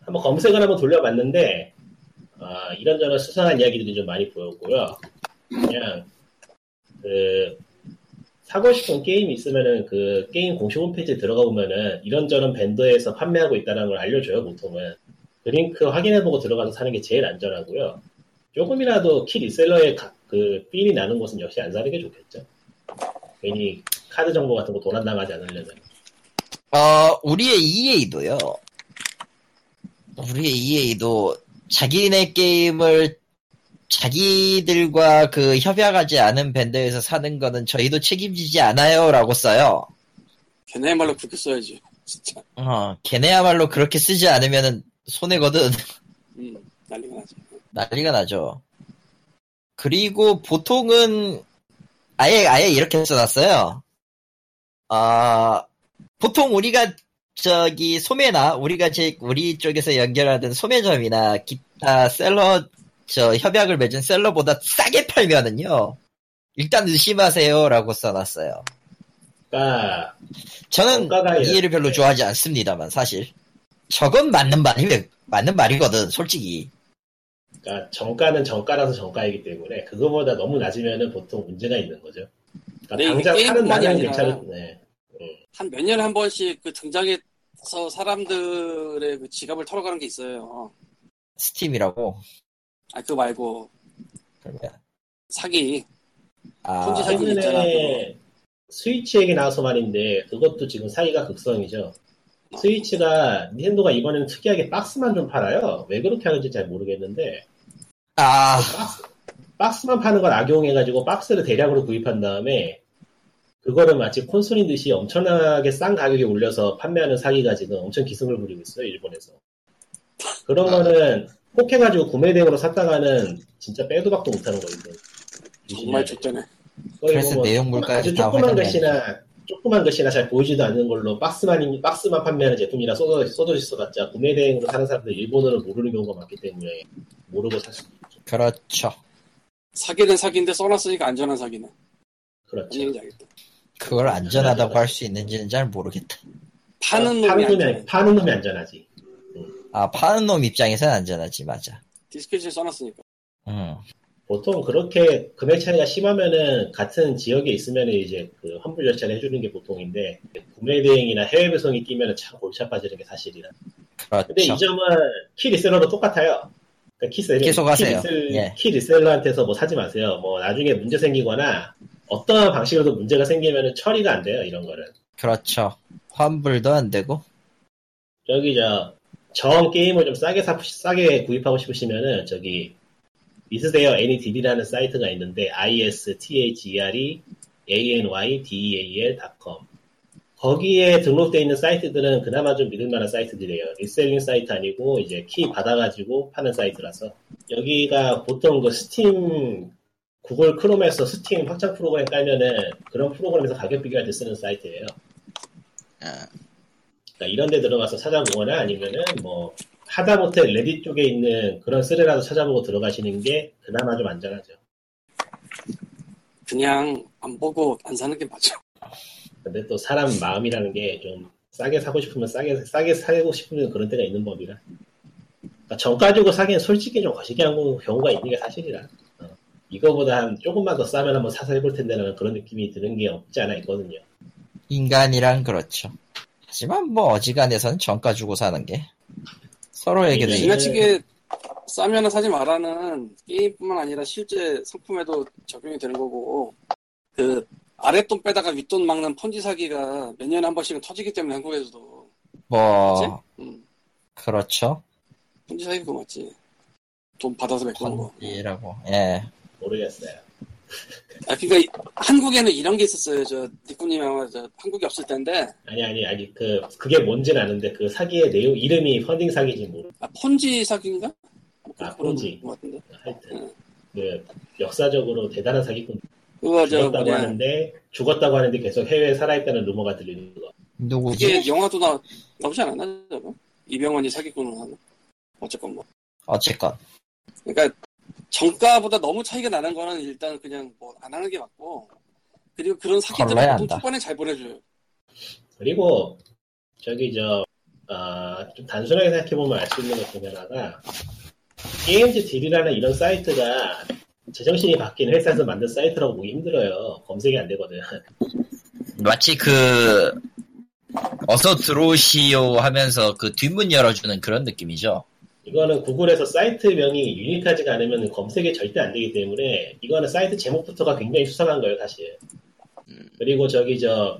한번 검색을 한번 돌려봤는데 아, 이런저런 수상한 이야기들이 좀 많이 보였고요. 그냥 그 사고 싶은 게임이 있으면은 그 게임 공식 홈페이지에 들어가 보면은 이런저런 vendor에서 판매하고 있다는 걸 알려줘요 보통은. 그 링크 확인해보고 들어가서 사는 게 제일 안전하고요. 조금이라도 키 리셀러의 가- 그 삘이 나는 곳은 역시 안 사는 게 좋겠죠. 괜히 카드 정보 같은 거 도난당하지 않으려면
어, 우리의 EA도요. 우리의 EA도 자기네 게임을 자기들과 그 협약하지 않은 밴드에서 사는 거는 저희도 책임지지 않아요. 라고 써요.
걔네말로 그렇게 써야지. 진짜.
어, 걔네야말로 그렇게 쓰지 않으면 손해거든.
음, 난리가 나지.
난리가 나죠. 그리고 보통은 아예 아예 이렇게 써놨어요. 아 보통 우리가 저기 소매나 우리가 제 우리 쪽에서 연결하던 소매점이나 기타 셀러 저 협약을 맺은 셀러보다 싸게 팔면은요 일단 의심하세요라고 써놨어요.
그러니까
저는
뭔가가
이해를
이렇게-
별로 좋아하지 않습니다만 사실 저건 맞는 말이 맞는 말이거든 솔직히.
그러니까 정가는 정가라서 정가이기 때문에 그거보다 너무 낮으면은 보통 문제가 있는 거죠.
네,
그러니까
이게
당장 사는
게임뿐만이
나는
아니라
괜찮은데
한 몇 년에 한 번씩 그 등장해서 사람들의 그 지갑을 털어가는 게 있어요.
스팀이라고
아, 그거 말고
그러면
사기.
아,
손짓 사기 있잖아,
최근에
그거.
스위치 얘기 나와서 말인데 그것도 지금 사기가 극성이죠.
어,
스위치가 닌텐도가 이번에는 특이하게 박스만 좀 팔아요. 왜 그렇게 하는지 잘 모르겠는데
아,
박스만 파는 걸 악용해가지고 박스를 대량으로 구입한 다음에 그거를 마치 콘솔인 듯이 엄청나게 싼 가격에 올려서 판매하는 사기가 지금 엄청 기승을 부리고 있어요 일본에서 그런 거는 혹 해가지고 구매 대행으로 샀다가는 진짜 빼도 박도 못하는 거거든
정말 족전해.
그래서 내용물까지
뭐 아주
다
조그만
활용해야
것이나 조그만 것이나 잘 보이지도 않는 걸로 박스만 박스만 판매하는 제품이라 쏟아져 쏟아져 있어봤자 구매 대행으로 사는 사람들 일본어를 모르는 경우가 많기 때문에 모르고 살 수도 있죠
그렇죠.
사기는 사기인데 써놨으니까 안전한 사기네.
그렇죠.
뭔 얘기인지 알겠다.
그걸 안전하다고 할 수 있는지는 잘 모르겠다.
파는
아, 파는
놈이
어, 놈이,
안전해.
파는 놈이 안전하지.
아, 파는 놈 입장에서는 안전하지, 맞아.
디스크리션 써놨으니까.
음.
보통 그렇게 금액 차이가 심하면은 같은 지역에 있으면 이제 그 환불 절차를 해주는 게 보통인데 구매 대행이나 해외 배송이 끼면 참 골치 아파지는 게 사실이라. 근데
그렇죠.
이 점은 키 리셀러도 똑같아요. 그러니까 키 셀-
계속
키
하세요.
리셀-
예.
키 리셀러한테서 뭐 사지 마세요. 뭐 나중에 문제 생기거나 어떠한 방식으로도 문제가 생기면은 처리가 안 돼요. 이런 거는.
그렇죠. 환불도 안 되고.
저기 저정 게임을 좀 싸게 사, 싸게 구입하고 싶으시면은 저기 있으세요 AnyDD라는 사이트가 있는데 istherry e anydeal.com 거기에 등록되어 있는 사이트들은 그나마 좀 믿을만한 사이트들이에요. 리셀링 사이트 아니고 이제 키 받아가지고 파는 사이트라서 여기가 보통 그 스팀 구글 크롬에서 스팀 확장 프로그램 깔면은 그런 프로그램에서 가격 비교할 때 쓰는 사이트예요.
아,
그러니까 이런 데 들어가서 찾아보거나 아니면은 뭐 하다못해 레딧 쪽에 있는 그런 쓰레라도 찾아보고 들어가시는 게 그나마 좀 안전하죠.
그냥 안 보고 안 사는 게 맞아.
근데 또 사람 마음이라는 게 좀 싸게 사고 싶으면 싸게 싸게 사고 싶으면 그런 때가 있는 법이라. 그러니까 정 가지고 사기엔 솔직히 좀 거시기 한 경우가 있는 게 사실이라. 어. 이거보다 한 조금만 더 싸면 한번 사서 해볼 텐데라는 그런 느낌이 드는 게 없지 않아 있거든요.
인간이란 그렇죠. 하지만 뭐 어지간해서는 정가 주고 사는 게 서로에게도
네.
이익.
지나치게 싸면 사지 마라는 게임뿐만 아니라 실제 상품에도 적용이 되는 거고 그 아랫돈 빼다가 윗돈 막는 폰지 사기가 몇 년에 한 번씩은 터지기 때문에 한국에서도 그치?
아.
뭐
음,
그렇죠.
폰지 사기 그거 맞지 돈 받아서
뭐.
메꾸는
어,
거
펀디라고 예.
모르겠어요.
아, 그러니까 이- 한국에는 이런 게 있었어요 저 니꾸님 아마 저 한국에 없을 텐데
아니 아니 아니 그 그게 뭔지는 아는데 그 사기의 내용 이름이 펀딩 사기지 뭐
아, 폰지 사기인가? 뭐
아, 폰지.
것 같은데
하여튼 그 역사적으로 대단한 사기꾼
그거 저
죽었다고
뭐냐
하는데 죽었다고 하는데 계속 해외에 살아있다는 루머가 들리는 거.
누구지?
이게 영화도 나, 나오지 않았나 저거? 이병헌이 사기꾼을 하는 어쨌건 뭐
어쨌건
그러니까 정가보다 너무 차이가 나는 거는 일단 그냥 뭐 안 하는 게 맞고 그리고 그런 사기들은
걸러야
보통
한다.
초반에 잘 보내줘요.
그리고 저기 저 아, 좀 단순하게 생각해보면 알 수 있는 것 중에 하나가 게임즈 딜이라는 이런 사이트가 제정신이 바뀐 회사에서 만든 사이트라고 보기 힘들어요. 검색이 안 되거든.
마치 그 어서 들어오시오 하면서 그 뒷문 열어주는 그런 느낌이죠.
이거는 구글에서 사이트명이 유니크하지가 않으면 검색이 절대 안 되기 때문에 이거는 사이트 제목부터가 굉장히 수상한 거예요, 사실. 그리고 저기 저,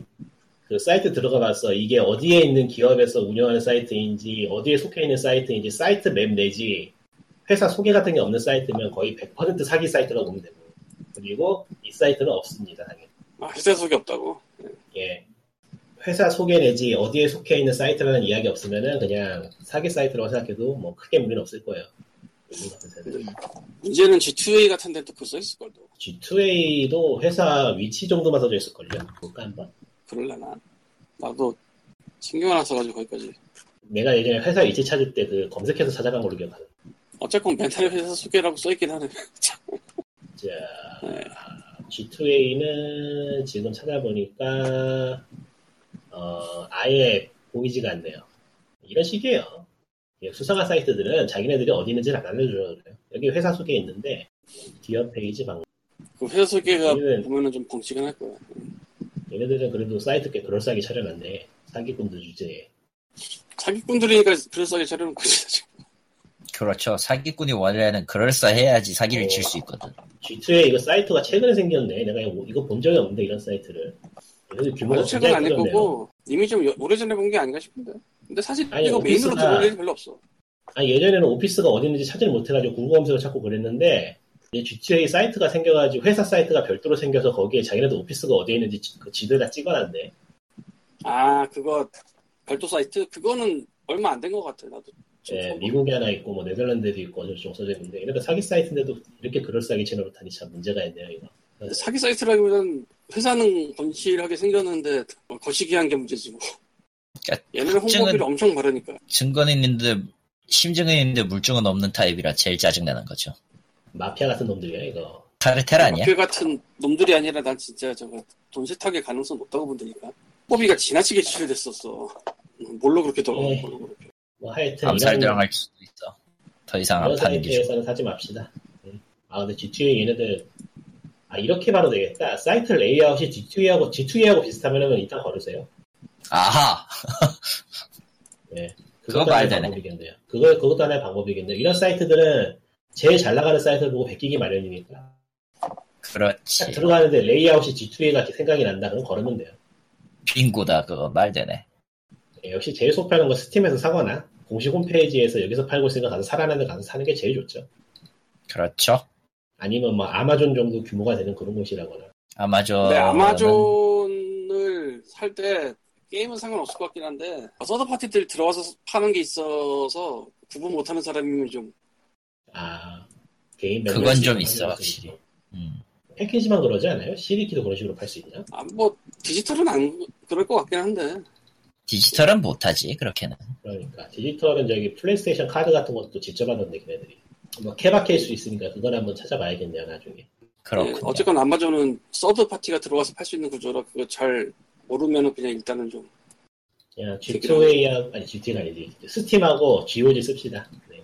그 사이트 들어가 봐서 이게 어디에 있는 기업에서 운영하는 사이트인지, 어디에 속해 있는 사이트인지, 사이트 맵 내지, 회사 소개 같은 게 없는 사이트면 거의 100% 사기 사이트라고 보면 되고. 그리고 이 사이트는 없습니다, 당연히.
아, 회사 속이 없다고.
예. 회사 소개 내지 어디에 속해 있는 사이트라는 이야기 없으면은 그냥 사기 사이트라고 생각해도 뭐 크게 무리는 없을 거예요.
문제는 G2A 같은 데도 그 써있을 걸도.
G2A도 회사 위치 정도만 써져 있을걸요? 볼까 한번?
그럴려나? 나도 신경 하나 써가지고 거기까지.
내가 예전에 회사 위치 찾을 때 그 검색해서 찾아간 걸로 기억하는
어쨌건 멘탈 회사 소개라고 써있긴 하네. 참.
자,
네.
G2A는 지금 찾아보니까 어, 아예 보이지가 않네요. 이런 식이에요. 예, 수상한 사이트들은 자기네들이 어디 있는지를 안 알려줘요. 그래요. 여기 회사 소개 있는데 기업 페이지 방
그 회사 소개가
얘는-
보면은 좀 벙치긴 할 거야.
얘네들은 그래도 사이트 꽤 그럴싸하게 차려놨네. 사기꾼들 주제에.
사기꾼들이니까 그럴싸하게 차려놓은 거지. 사실.
그렇죠. 사기꾼이 원래는 그럴싸해야지 사기를 칠 수 있거든.
G2에 이거 사이트가 최근에 생겼네. 내가 이거, 이거 본 적이 없는데, 이런 사이트를. 그래서 규모가
아주 최근
굉장히
안할
크네요.
거고 이미 좀 여- 오래전에 본 게 아닌가 싶은데. 근데 사실
아니,
이거 메인으로
오피스가-
들어올 일이 별로 없어.
아니, 예전에는 오피스가 어디 있는지 찾지를 못해가지고 구글 검색을 찾고 그랬는데, 이제 G2A 사이트가 생겨가지고, 회사 사이트가 별도로 생겨서 거기에 자기네도 오피스가 어디에 있는지 지- 그 지도에다 찍어놨네.
아 그거 별도 사이트 그거는 얼마 안 된 것 같아 나도 지금
예,
처음
미국에 하나 있고, 뭐, 네덜란드에도 있고, 어쩔 써져 있는데, 이러니까 사기 사이트인데도 이렇게 그럴싸하게 채널을 타니 참 문제가 있네요, 이거.
봐. 사기 사이트라기보다는 회사는 건실하게 생겼는데 뭐 거시기한 게 문제지 뭐
그러니까
얘네는 홍보비를
특징은-
엄청 바르니까
증거는 있는데 심증은 있는데 물증은 없는 타입이라 제일 짜증나는 거죠.
마피아 같은 놈들이야, 이거.
카르텔 아니야?
그 같은 놈들이 아니라 난 진짜 저거 돈 세탁의 가능성 높다고 본다니까 홍보비가 지나치게 지출됐었어 음, 뭘로 그렇게 돌아가
예.
뭘로 그렇게
뭐, 하여튼.
암살
이런-
당할 수도 있어. 더 이상
이런
안 파는 게 좋아.
사이트에서는 사지 맙시다. 응. 아 근데 G2A 얘네들 아 이렇게 바로 되겠다. 사이트 레이아웃이 G2A하고 G2A하고 비슷하면은 일단 걸으세요.
아하! 그거
그것도
봐야
하나의
되네.
방법이겠네요. 그거 그것도 하나의 방법이겠네요. 이런 사이트들은 제일 잘 나가는 사이트를 보고 베끼기 마련이니까 딱
그렇지.
들어가는데 레이아웃이 G2A 같이 생각이 난다 그럼 걸으면 돼요.
빙고다. 그거 말 되네.
예, 역시 제일 속 파는 건 스팀에서 사거나 공식 홈페이지에서 여기서 팔고 있으니까 가서 사라는 데 가서 사는 게 제일 좋죠.
그렇죠.
아니면 뭐 아마존 정도 규모가 되는 그런 곳이라거나
아마존.
근데 아마존을 살 때 게임은 상관없을 것 같긴 한데 뭐 서드 파티들 들어와서 파는 게 있어서 구분 못하는 사람이면 좀
아 개인
그건
멤버십
좀
같은
있어,
것들이지.
확실히. 음.
패키지만 그러지 않아요? CD키도 그런 식으로 팔 수 있나?
아, 뭐 디지털은 안 그럴 것 같긴 한데 예,
디지털은 못하지. 그렇게는.
그러니까 디지털은 저기 플레이스테이션 카드 같은 것도 직접 하던데 걔네들이 뭐 케바케일 수 있으니까 그건 한번 찾아봐야겠네요 나중에
그렇군요.
예, 어쨌건 아마존은 서드 파티가 들어와서 팔 수 있는 구조라 그거 잘 모르면은 그냥 일단은 좀
음,
야, G2A야, 아니 GT가 아니지. 스팀하고 GOG 씁시다. 네.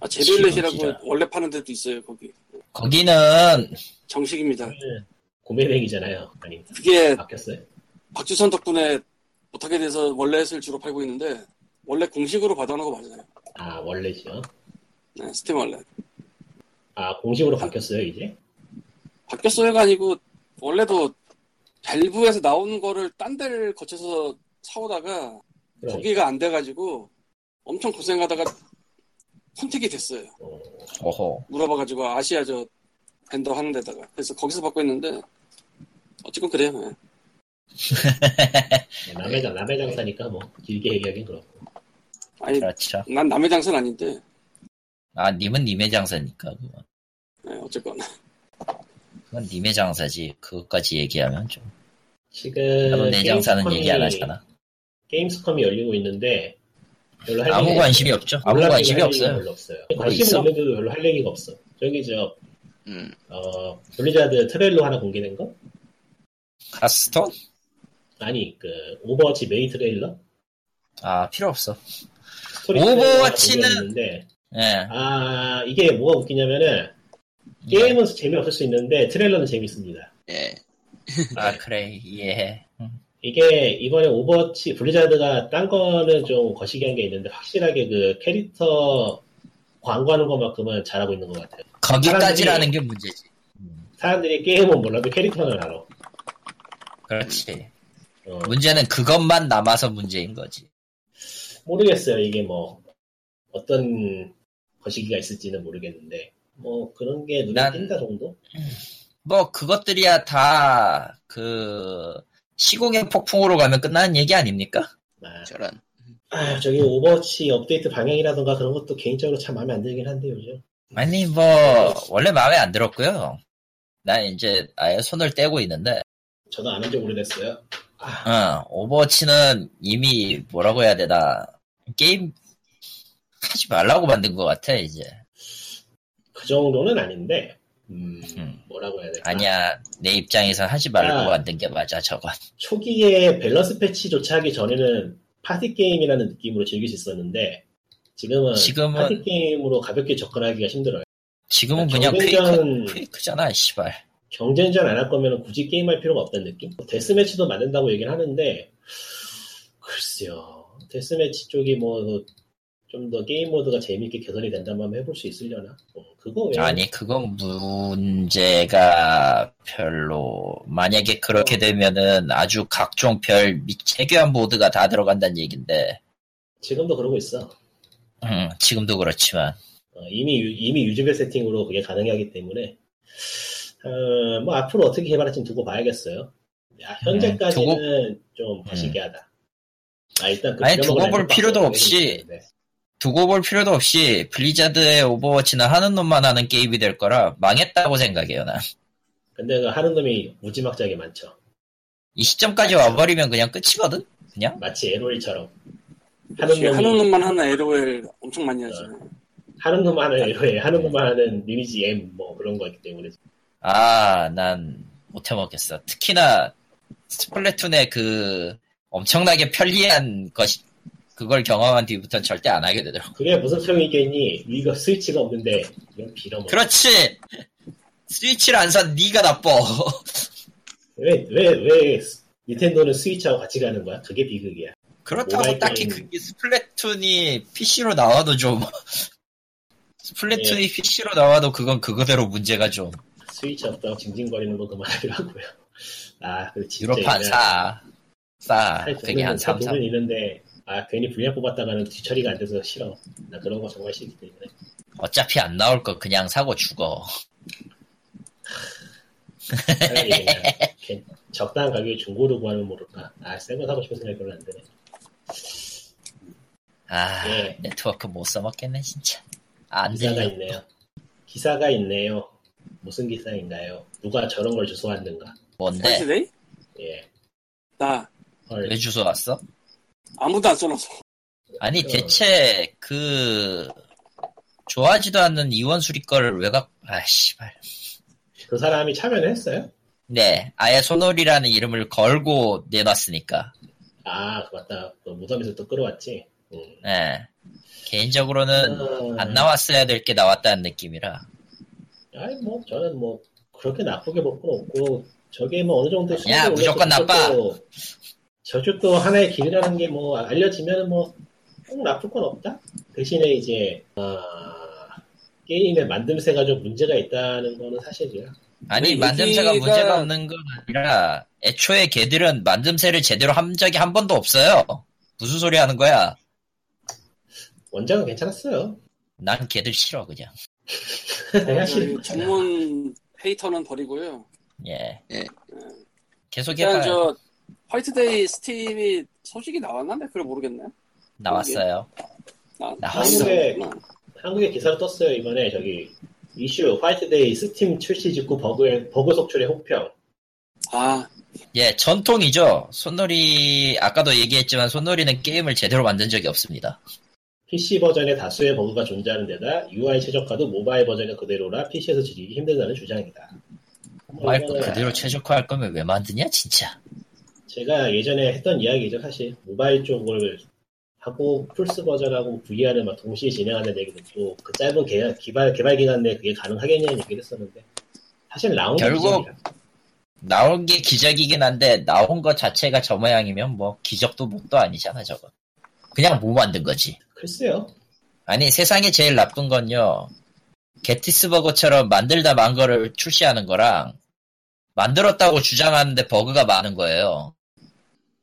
아, 제빌렛이라고
지루합니다.
원래 파는 데도 있어요 거기
거기는
정식입니다.
구매백이잖아요. 아니,
그게
바뀌었어요.
박주선 덕분에 못하게 돼서 원래을 주로 팔고 있는데 원래 공식으로 받아놓은 거 맞아요.
아, 원래죠.
네, 스팀 원래
아, 공식으로 바뀌었어요, 이제?
바뀌었어요가 아니고 원래도 밸브에서 나온 거를 딴 데를 거쳐서 사오다가
네.
그럼,
거기가 안 돼가지고 엄청 고생하다가 선택이 됐어요.
어,
오호.
물어봐가지고 아시아 저 벤더 하는 데다가 그래서 거기서 받고 있는데 어쨌건 그래요. 예.
뭐 남의, 장- 남의 장사니까 뭐, 길게 얘기하긴 그렇고.
아니
그렇죠.
난 남의 장사는 아닌데
아, 님은 님의 장사니까. 그건,
예, 어쨌건
그건 님의 장사지. 그것까지 얘기하면 좀.
지금.
나도
네,
내 장사는
게임스컴이-
얘기 안 하잖아.
게임스컴이 열리고 있는데, 별로 할
아무
얘기가-
관심이 없죠. 아무
놀랍게도
관심이
할 얘기가
없어요.
별로 없어요.
그거
관심은
있어?
없는데도 별로 할 얘기가 없어. 저기 저,
음,
어, 블리자드 트레일러 하나 공개된 거?
아, 가스톤?
아니, 그, 오버워치 메이 트레일러?
아, 필요 없어.
스토리 트레일러 하나
오버워치는-
공개됐는데
예.
아, 이게 뭐가 웃기냐면은,
네.
게임은 재미없을 수 있는데, 트레일러는 재밌습니다.
예.
아, 그래. 이해해. 음.
이게, 이번에 오버워치, 블리자드가 딴 거는 좀 거시기 한 게 있는데, 확실하게 그 캐릭터 광고하는 것만큼은 잘하고 있는 것 같아요.
거기까지라는 게 문제지.
사람들이 게임은 몰라도 캐릭터는 알아.
그렇지.
어,
문제는 그것만 남아서 문제인 거지.
모르겠어요. 이게 뭐, 어떤 거시기가 있을지는 모르겠는데, 뭐, 그런 게 눈에
난-
띈다 정도?
뭐, 그것들이야 다, 그, 시공의 폭풍으로 가면 끝나는 얘기 아닙니까?
아,
저런.
아휴, 저기 오버워치 업데이트 방향이라던가 그런 것도 개인적으로 참 마음에 안 들긴 한데, 요즘.
아니, 뭐, 원래 마음에 안 들었고요. 난 이제 아예 손을 떼고 있는데,
저도 안 한 지 오래됐어요.
어, 오버워치는 이미 뭐라고 해야 되나, 게임, 하지 말라고 만든 것 같아, 이제.
그 정도는 아닌데, 음,
음.
뭐라고 해야 될까?
아니야, 내 입장에서 하지 말라고
아.
만든 게 맞아, 저건.
초기에 밸런스 패치조차 하기 전에는 파티 게임이라는 느낌으로 즐길 수 있었는데, 지금은,
지금은-
파티 게임으로 가볍게 접근하기가 힘들어요.
지금은
아,
그냥
정글전-
퀘이크, 퀘이크잖아, 씨발.
경쟁전 안 할 거면 굳이 게임할 필요가 없다는 느낌? 데스매치도 만든다고 얘기를 하는데, 글쎄요. 데스매치 쪽이 뭐, 좀 더 게임 모드가 재밌게 개선이 된다면 해볼 수 있으려나? 어, 그거 외에
아니, 그건 문제가 별로, 만약에 그렇게 되면은 아주 각종 별 미- 세계한 보드가 다 들어간다는 얘긴데,
지금도 그러고 있어.
음, 지금도 그렇지만,
어, 이미 유, 이미 유즈별 세팅으로 그게 가능하기 때문에 어, 뭐 앞으로 어떻게 개발할지 는 두고 봐야겠어요. 야,
네,
현재까지는 좀 거시기하다. 아 일단 그
아니, 두고
빌어먹을
볼
랜드박스
필요도
어떻게
없이
되는데.
두고 볼 필요도 없이 블리자드의 오버워치나 하는 놈만 하는 게임이 될 거라 망했다고 생각해요, 난.
근데 그 하는 놈이 무지막지하게 많죠.
이 시점까지 와버리면 그냥 끝이거든? 그냥?
마치 LOL처럼 하는 놈이
하는,
하는, 놈...
놈만 하나 LOL 엄청 많이 하지.
하는 놈
네.
하는 LOL 하는 놈만 하는 리니지 M 뭐 그런 거기 때문에
아, 난 못해먹겠어. 특히나 스플래툰의 그 엄청나게 편리한 것이, 그걸 경험한 뒤부터는 절대 안 하게 되더라고.
그게 무슨 소용이겠니? 이거 스위치가 없는데 이건 빌어먹.
그렇지! 스위치를 안 산 네가 나빠.
왜왜 왜 닌텐도는 스위치하고 같이 가는 거야? 그게 비극이야.
그렇다고
모바일
딱히
게임.
그게 스플래툰이 PC로 나와도 좀 스플래툰이 PC로 나와도 그건 그거대로 문제가 좀
스위치 없다고 징징거리는 거 그만하기로고요. 아, 근데 진짜
유럽 안 사. 싸. 그게 한 3, 4.
돈은 있는데 아 괜히 분량 뽑았다가는 뒤처리가 안 돼서 싫어. 나 그런 거 정말 싫기 때문에.
어차피 안 나올 거 그냥 사고 죽어.
차라리 그냥 괜- 적당한 가격에 중고로 구하면 모를까. 아, 센 거 사고 싶은 생각이 별로 안 드네.
아,
예.
네트워크 못 써먹겠네, 진짜. 안
기사가
들려.
있네요. 기사가 있네요. 무슨 기사인가요? 누가 저런 걸 주워왔는가?
뭔데?
사실에
예.
나
헐.
왜 주소 왔어?
아무도 안 써놔서
아니,
어.
대체, 그, 좋아하지도 않는 이원수리 거를 왜 갖, 아, 씨발.
그 사람이 참여를 했어요?
네, 아예 소놀이라는 이름을 걸고 내놨으니까.
아, 그 맞다. 그 무덤에서 또 끌어왔지. 음.
네. 개인적으로는
음.
안 나왔어야 될 게 나왔다는 느낌이라.
아니 뭐 저는 뭐 그렇게 나쁘게 볼 건 없고 저게 뭐 어느 정도 수준이
야, 무조건
올라서
나빠.
저쪽도- 저쪽도 하나의 길이라는 게 뭐 알려지면 뭐 꼭 나쁠 건 없다. 대신에 이제 아, 게임의 만듦새가 좀 문제가 있다는 거는 사실이야.
아니,
근데
만듦새가
여기가-
문제가 없는 건 아니라, 애초에 걔들은 만듦새를 제대로 한 적이 한 번도 없어요. 무슨 소리 하는 거야?
원작은 괜찮았어요.
난 걔들 싫어, 그냥. 네,
내가 싫은
그 전문 헤이터는 버리고요.
예.
예.
계속
일단
해봐요.
저 화이트데이 스팀이 소식이 나왔는데 그걸 모르겠네.
나왔어요. 아,
나,
나왔어.
나왔구나.
한국에 기사를 떴어요 이번에 저기 이슈 화이트데이 스팀 출시 직후 버그의 버그 속출의 혹평.
아,
예, 전통이죠. 손놀이, 아까도 얘기했지만 손놀이는 게임을 제대로 만든 적이 없습니다.
PC 버전의 다수의 버그가 존재하는 데다 UI 최적화도 모바일 버전의 그대로라 PC에서 즐기기 힘들다는 주장이다. 뭐
말
이거는
그대로 최적화할 거면 왜 만드냐, 진짜.
제가 예전에 했던 이야기죠 사실 모바일 쪽을 하고 플스 버전하고 VR을 막 동시에 진행하는 얘기도 있고 그 짧은 개발, 개발, 개발 기간 내에 그게 가능하겠냐는 얘기를 했었는데 사실 나온 게
결국-
기적이라.
나온 게 기적이긴 한데, 나온 것 자체가 저 모양이면 뭐, 기적도 못도 아니잖아, 저거. 그냥 뭐 만든 거지.
글쎄요
아니, 세상에 제일 나쁜 건요, 게티스버거처럼 만들다 만 거를 출시하는 거랑, 만들었다고 주장하는데 버그가 많은 거예요.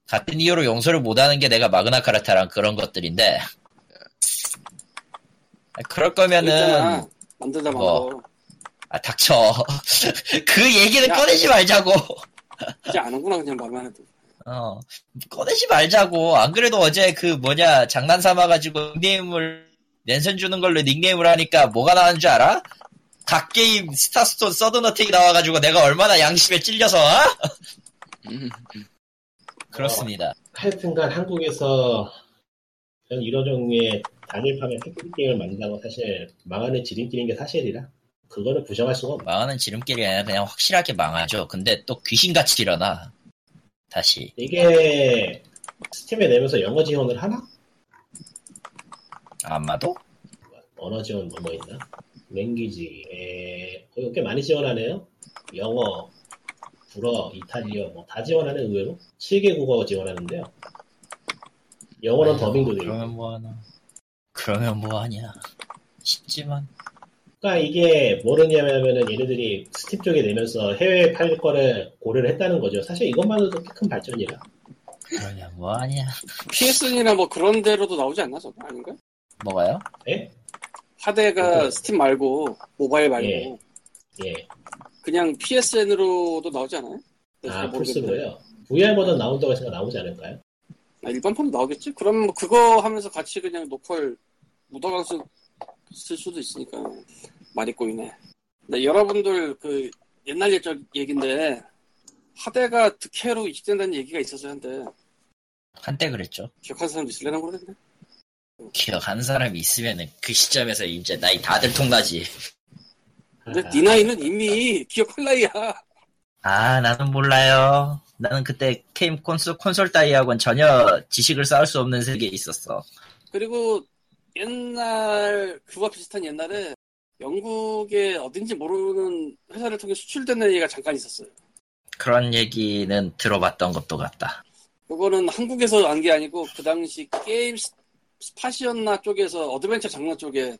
같은 이유로 용서를 못하는 게 내가 마그나 카르타랑 그런 것들인데, 그럴 거면은,
있잖아. 만들다
뭐.
만들어.
아, 닥쳐. 그 얘기는
야.
꺼내지 말자고.
이제 아는구나 그냥 말만 해도.
어, 꺼내지 말자고. 안 그래도 어제 그 뭐냐, 장난 삼아가지고 닉네임을, 랜선 주는 걸로 닉네임을 하니까 뭐가 나왔는 줄 알아? 각 게임 스타스톤 서든어택이 나와가지고 내가 얼마나 양심에 찔려서, 어?
음,
그렇습니다.
하여튼간 한국에서 그런 이런 종류의 단일판의 패키지 게임을 만든다고 사실 망하는 지름길인 게 사실이라 그거를 부정할 수가 없다
망하는 지름길이 아니라 그냥 확실하게 망하죠. 근데 또 귀신같이 일어나. 다시.
이게 스팀에 내면서 영어 지원을 하나?
아마도?
언어 지원 뭐, 뭐 있나? 랭귀지 에... 거기 꽤 많이 지원하네요 영어, 불어, 이탈리어 뭐 다 지원하는 의외로 7개 국어 지원하는데요 영어는 더빙도 되고
아, 그러면 뭐하나. 그러면 뭐하냐. 쉽지만.
그러니까 이게 뭐냐면은 얘네들이 스팀 쪽에 내면서 해외에 팔릴 거를 고려를 했다는 거죠. 사실 이것만으로도 꽤 큰 발전이라.
그러면 뭐하냐.
PSN이나 뭐 그런 데로도 나오지 않나 저거 아닌가?
뭐가요?
예?
하대가
네.
스팀 말고 모바일 말고
예. 예.
그냥 PSN으로도 나오지 않아요? 네,
아,
잘
플스로요? VR 버전 나온다고 해서 나오지 않을까요?
아, 일반판 나오겠지? 그럼 뭐 그거 하면서 같이 그냥 노컬 묻어가서 쓸 수도 있으니까 많이 꼬이네. 근데 여러분들 그 옛날 옛적 얘긴데 하대가 득해로 이식된다는 얘기가 있었어요 한데
한때 그랬죠.
기억하는 사람 있을래나 모르겠네.
기억한 사람이 있으면은 그 시점에서 이제 나이 다들 통나지.
근데
아,
니 나이는 이미 기억할 나이야.
아, 나는 몰라요. 나는 그때 게임 콘솔, 콘솔 따위하고는 전혀 지식을 쌓을 수 없는 세계에 있었어.
그리고 옛날 그와 비슷한 옛날에 영국의 어딘지 모르는 회사를 통해 수출된 얘기가 잠깐 있었어요.
그런 얘기는 들어봤던 것도 같다.
그거는 한국에서 안 게 아니고 그 당시 게임 스- 스팟이었나 쪽에서 어드벤처 장르 쪽에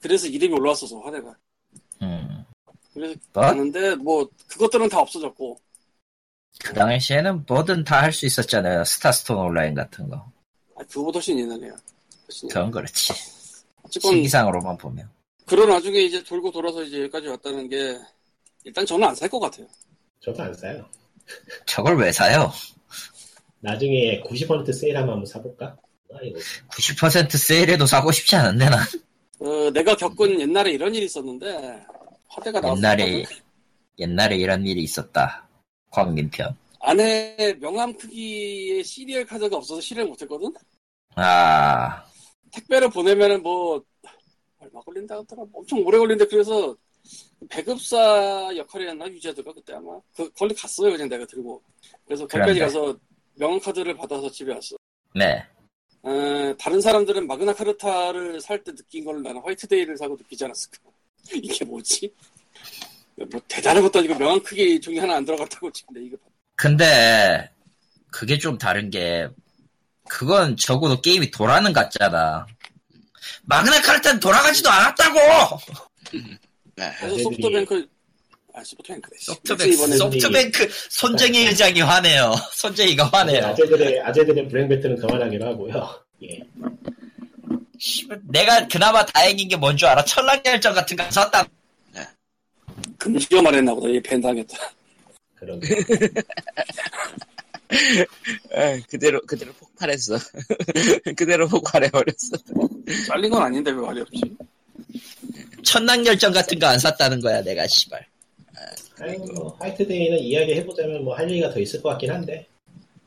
그래서 이름이 올라왔어서 화대가
음.
그래서
뭐?
갔는데 뭐 그것들은 다 없어졌고
그 당시에는 뭐든 다 할 수 있었잖아요. 스타스톤 온라인 같은 거.
아, 그거보다 훨씬 옛날이야 훨씬 옛날.
그건 그렇지.
어쨌건
시기상으로만 보면.
그런 와중에 이제 돌고 돌아서 이제 여기까지 왔다는 게 일단 저는 안 살 것 같아요
저도 안 사요.
저걸 왜 사요?
나중에 90% 세일하면 한번 사볼까? 아이고,
90% 세일해도 사고 싶지 않은데, 나.
어, 내가 겪은 옛날에 이런 일이 있었는데 화대가 그 나왔을
옛날에, 옛날에 이런 일이 있었다. 광민편.
안에 명함 크기의 시리얼 카드가 없어서 실행 못했거든
아,
택배를 보내면은 뭐 얼마 뭐 걸린다 하더라 엄청 오래 걸린데 그래서 배급사 역할이었나 유저드가 그때 아마 그 거기 갔어요 그냥 내가 들고 그래서 거기까지
그런데.
가서 명함 카드를 받아서 집에 왔어.
네.
어, 다른 사람들은 마그나 카르타를 살 때 느낀 걸 나는 화이트데이를 사고 느끼지 않았을까? 이게 뭐지? 뭐 대단한 것도 아니고 명함 크기 중에 하나 안 들어갔다고 지금 내 이거 봤-
근데 그게 좀 다른 게 그건 적어도 게임이 돌아는 같잖아. 마그나 카르타는 돌아가지도 않았다고.
그래서
애들이-
소프트뱅크 아 소프트뱅크
소프트뱅크, 소프트뱅크 손정희 회장이 화내요. 손정희가
네,
화내요.
아재들의 아재들의 불행 배틀은 그만하기로 하고요. 예.
씨발, 내가 그나마 다행인 게 뭔 줄 알아? 천랑열전 같은 거 샀다.
금지어 말했나 보다 얘밴 당했다.
그런 거.
에, 예, 그대로 그대로 폭발했어. 그대로 폭발해 버렸어.
잘린 건 아닌데 왜 말이 없지?
천랑열전 같은 거 안 샀다는 거야, 내가 씨발.
아이고, 뭐 화이트데이는 이야기 해보자면 뭐 할 얘기가 더 있을 것 같긴 한데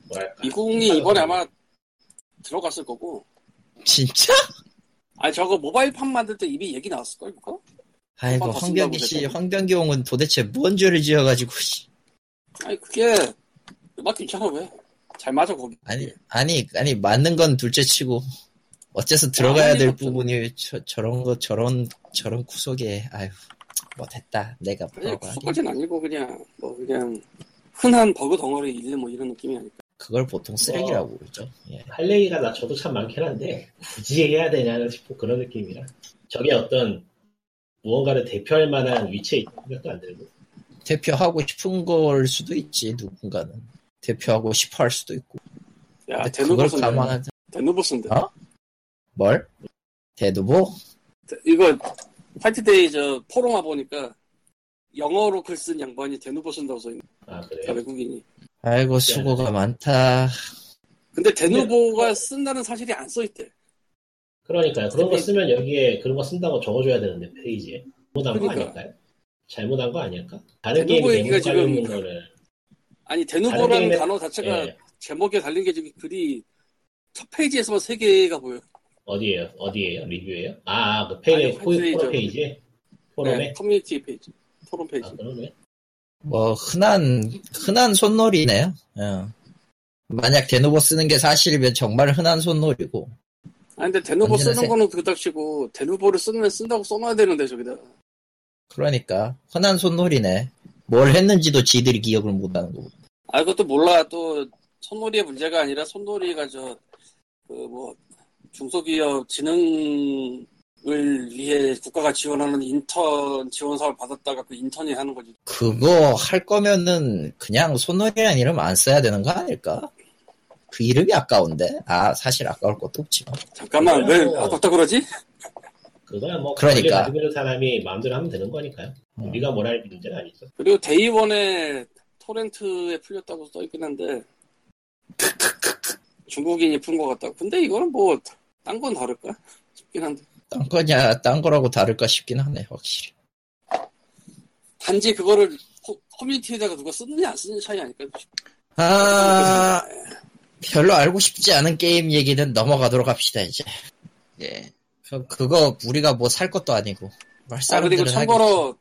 뭐랄까.
미국이 이번에 아마 들어갔을 거고
진짜?
아니 저거 모바일판 만들 때 이미 얘기 나왔을 걸 그거?
아이고
한번
황병기
벗은다고
씨,
그랬잖아.
황병기 홍은 도대체 뭔 죄를 지어가지고 씨.
아니 그게 음악 괜찮아 왜? 잘 맞아 거기.
아니 아니 아니 맞는 건 둘째치고 어째서 들어가야
아니,
될
맞죠.
부분이 저, 저런 거 저런 저런 구석에 아유 못했다 내가
아니
뭐라고 하긴.
구속까지는 아니고 그냥 뭐 그냥 흔한 버그 덩어리 일뭐 이런 느낌이 아닐까.
그걸 보통
아.
쓰레기라고 그러죠. 예.
할 얘기가 나 저도 참 많긴 한데 굳이 해야 되냐 싶은 그런 느낌이라. 저게 어떤 무언가를 대표할 만한 위치에 있는 생각도 안 들고.
대표하고 싶은 걸 수도 있지 누군가는 대표하고 싶어 할 수도 있고.
야
근데 그걸
데누보스인데
감안한
데누보스인데
어? 뭘 대두보
이거 화이트데이 저 포로마 보니까 영어로 글 쓴 양반이 데누보 쓴다고 써있네
아
다
그래요.
외국인이.
아이고 수고가 많다.
근데 데누보가 쓴다는 사실이 안 써있대.
그러니까요. 그런 거 쓰면 여기에 그런 거 쓴다고 적어줘야 되는데 페이지에 잘못한 거
그러니까.
아닐까요? 잘못한 거 아닐까? 다른
대놓고
게임이
얘기가
잘못
지금-
깔리는 거를
아니
다른
데누보라는
게임에-
단어 자체가
예.
제목에 달린 게 지금 글이 첫 페이지에서만 세 개가 보여.
어디에요? 어디에요? 리뷰예요? 아, 아, 그 페이,
아니,
포, 포럼
페이지죠.
페이지에? 포럼에?
네, 커뮤니티 페이지, 포럼 페이지.
아, 그러네.
뭐 흔한 흔한 손놀이네요. 예. 만약 대누보 쓰는 게 사실이면 정말 흔한 손놀이고
아니 근데 데누보
언제나
쓰는
세-
거는 그닥치고 데누보를 쓰면 쓴다고 써놔야 되는데 저기다.
그러니까 흔한 손놀이네. 뭘 했는지도 지들이 기억을 못하는 거고.
아 그것도 몰라 또 손놀이의 문제가 아니라 손놀이가 저 그 뭐 중소기업 진흥을 위해 국가가 지원하는 인턴 지원 사업 받았다가 그 인턴이 하는 거지.
그거 할 거면은 그냥 손놀이라는 이름 안 써야 되는 거 아닐까? 그 이름이 아까운데? 아 사실 아까울 것도 없지만. 뭐.
잠깐만 왜
그래요.
아깝다 그러지?
그거야 뭐
그러니까. 음.
권리 가지고 있는 사람이 마음대로 하면 되는 거니까요. 우리가 뭐라 할 문제는 아니죠.
그리고 데이원에 토렌트에 풀렸다고 써 있긴 한데 중국인이 푼 것 같다. 고 근데 이거는 뭐 딴 건 다를까 싶긴 한데.
딴 거냐 딴 거라고 다를까 싶긴 하네 확실히.
단지 그거를 코- 커뮤니티에다가 누가 쓰느냐 안 쓰느냐 차이 아닐까?
아 별로 알고 싶지 않은 게임 얘기는 넘어가도록 합시다 이제.
예.
그, 그거 우리가 뭐 살 것도 아니고 말
아, 그리고
사람들은 하겠지.
참고로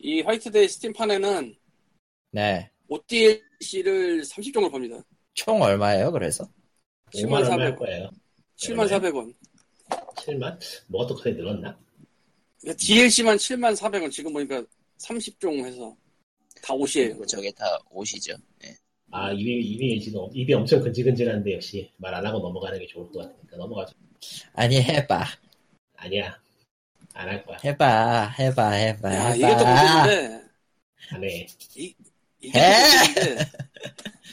이 화이트데이 스팀판에는
네.
ODLC를 30종을 팝니다.
총 얼마예요? 그래서
10만
5만 원할
400.
거예요. 네.
7만 400원.
7만? 뭐가 또 그렇게 늘었나?
그러니까 DLC만 7만 400원. 지금 보니까 30종 해서 다 50이에요.
그리고
그렇죠.
저게 다 옷이죠. 예.
아, 입이, 입이 지금, 입이 엄청 근질근질한데 역시 말 안 하고 넘어가는 게 좋을 것 같으니까 넘어가죠.
아니 해봐
아니야. 안 할 거야.
해봐 해봐 해봐
야,
해봐
이게 또
아.
문제인데
안 해.
이게
에?
또 문제인데
악마가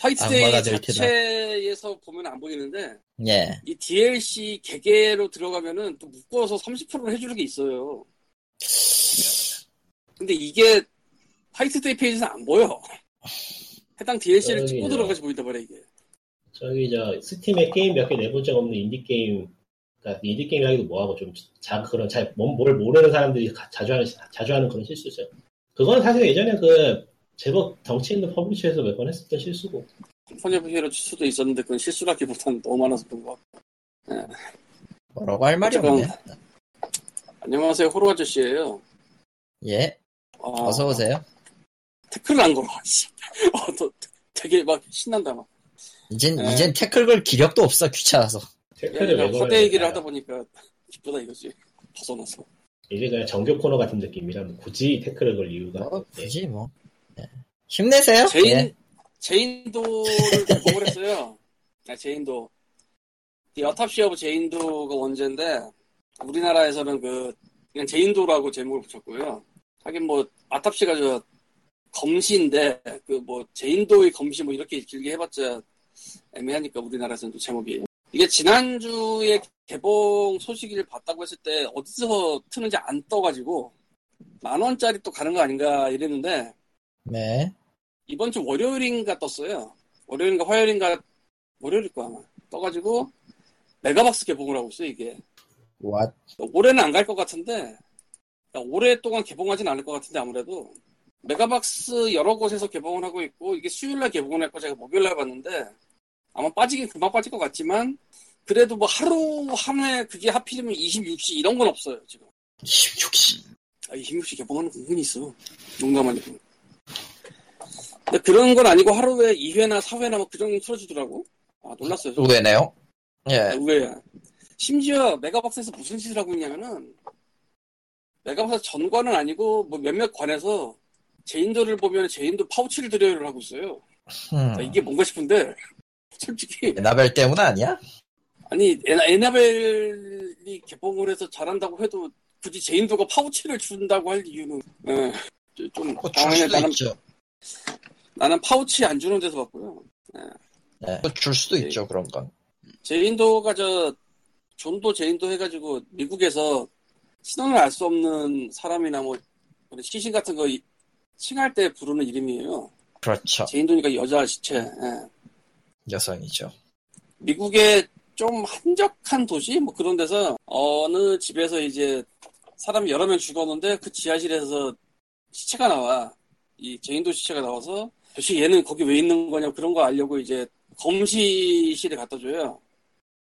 화이트데이
될 테다.
자체에서 보면 안 보이는데
예
이 DLC 개개로 들어가면은 또 묶어서 30%를 해주는 게 있어요. 근데 이게 화이트데이 페이지는 안 보여. 해당 DLC를 찍고
저기요.
들어가지 보인단 말이야, 이게.
저기, 저, 스팀에 게임 몇 개 내본 적 없는 인디게임, 그러니까 인디게임 하기도 뭐하고 좀 자, 그런, 잘, 뭔- 뭘 모르는 사람들이 가- 자주 하는, 자주 하는 그런 실수죠. 그거는 사실 예전에 그, 제법 덩치 있는 퍼블리셔에서 몇 번 했었던 실수고.
컴퍼니 부시로 칠 수도 있었는데 그건 실수라기보다는 너무 많아서 그런 것 같고.
뭐라고 할 말이 없네
안녕하세요, 호로 아저씨예요
예
어,
어서 오세요.
태클을 안 걸어. 씨. 어, 또 되게 막 신난다 막.
이젠
네.
이젠 태클 걸 기력도 없어 귀찮아서.
태클을 왜 걸어야
허대 얘기를
되나.
하다 보니까 기쁘다 이거지. 벗어나서.
이게 그냥 정규 코너 같은 느낌이라 뭐 굳이 태클을 걸 이유가
어,
없네.
굳이 뭐 네. 힘내세요.
제인
예.
제인도를 공부를 했어요. 아, 제인도. 이 어탑시 오브 제인도가 원제인데 우리나라에서는 그 그냥 제인도라고 제목을 붙였고요. 하긴 뭐 아탑시가 저 검시인데 그 뭐 제인도의 검시 뭐 이렇게 길게 해봤자 애매하니까 우리나라에서는 또 제목이 이게 지난주에 개봉 소식을 봤다고 했을 때 어디서 트는지 안 떠가지고 만 원짜리 또 가는 거 아닌가 이랬는데
네.
이번 주 월요일인가 떴어요. 월요일인가 화요일인가 월요일일 거 아마 떠가지고 메가박스 개봉을 하고 있어 요 이게
왓.
올해는 안 갈 것 같은데 그러니까 오랫동안 개봉하진 않을 것 같은데 아무래도 메가박스 여러 곳에서 개봉을 하고 있고 이게 수요일날 개봉을 했고 제가 목요일날 봤는데 아마 빠지긴 금방 빠질 것 같지만 그래도 뭐 하루 한 회 그게 하필이면 26시 이런 건 없어요 지금
16시.
아, 26시 개봉하는 공군이 있어. 용감하니. 근데 그런 건 아니고 하루에 2회나 4회나 막 그 정도 틀어주더라고. 아, 놀랐어요. 좀.
의외네요.
아,
예.
의외야. 심지어 메가박스에서 무슨 짓을 하고 있냐면은, 메가박스 전관은 아니고, 뭐 몇몇 관에서 제인도를 보면 제인도 파우치를 드려요를 하고 있어요. 아,
음.
이게 뭔가 싶은데, 솔직히.
나벨 때문 아니야?
아니 에나, 에나벨이 개봉을 해서 잘한다고 해도 굳이 제인도가 파우치를 준다고 할 이유는 예, 좀
그거 뭐 줄
당연히
수도
나는,
있죠.
나는 파우치 안 주는 데서 봤고요
네. 그거 줄 수도 있죠 그런 건.
제인도가 저 존도 제인도 해가지고 미국에서 신원을 알 수 없는 사람이나 뭐 그런 시신 같은 거 이- 칭할 때 부르는 이름이에요
그렇죠.
제인도니까 여자 시체 예.
여성이죠.
미국의 좀 한적한 도시 뭐 그런 데서 어느 집에서 이제 사람이 여러 명 죽었는데 그 지하실에서 시체가 나와 이 제인도 시체가 나와서 도대체 얘는 거기 왜 있는 거냐 그런 거 알려고 이제 검시실에 갖다 줘요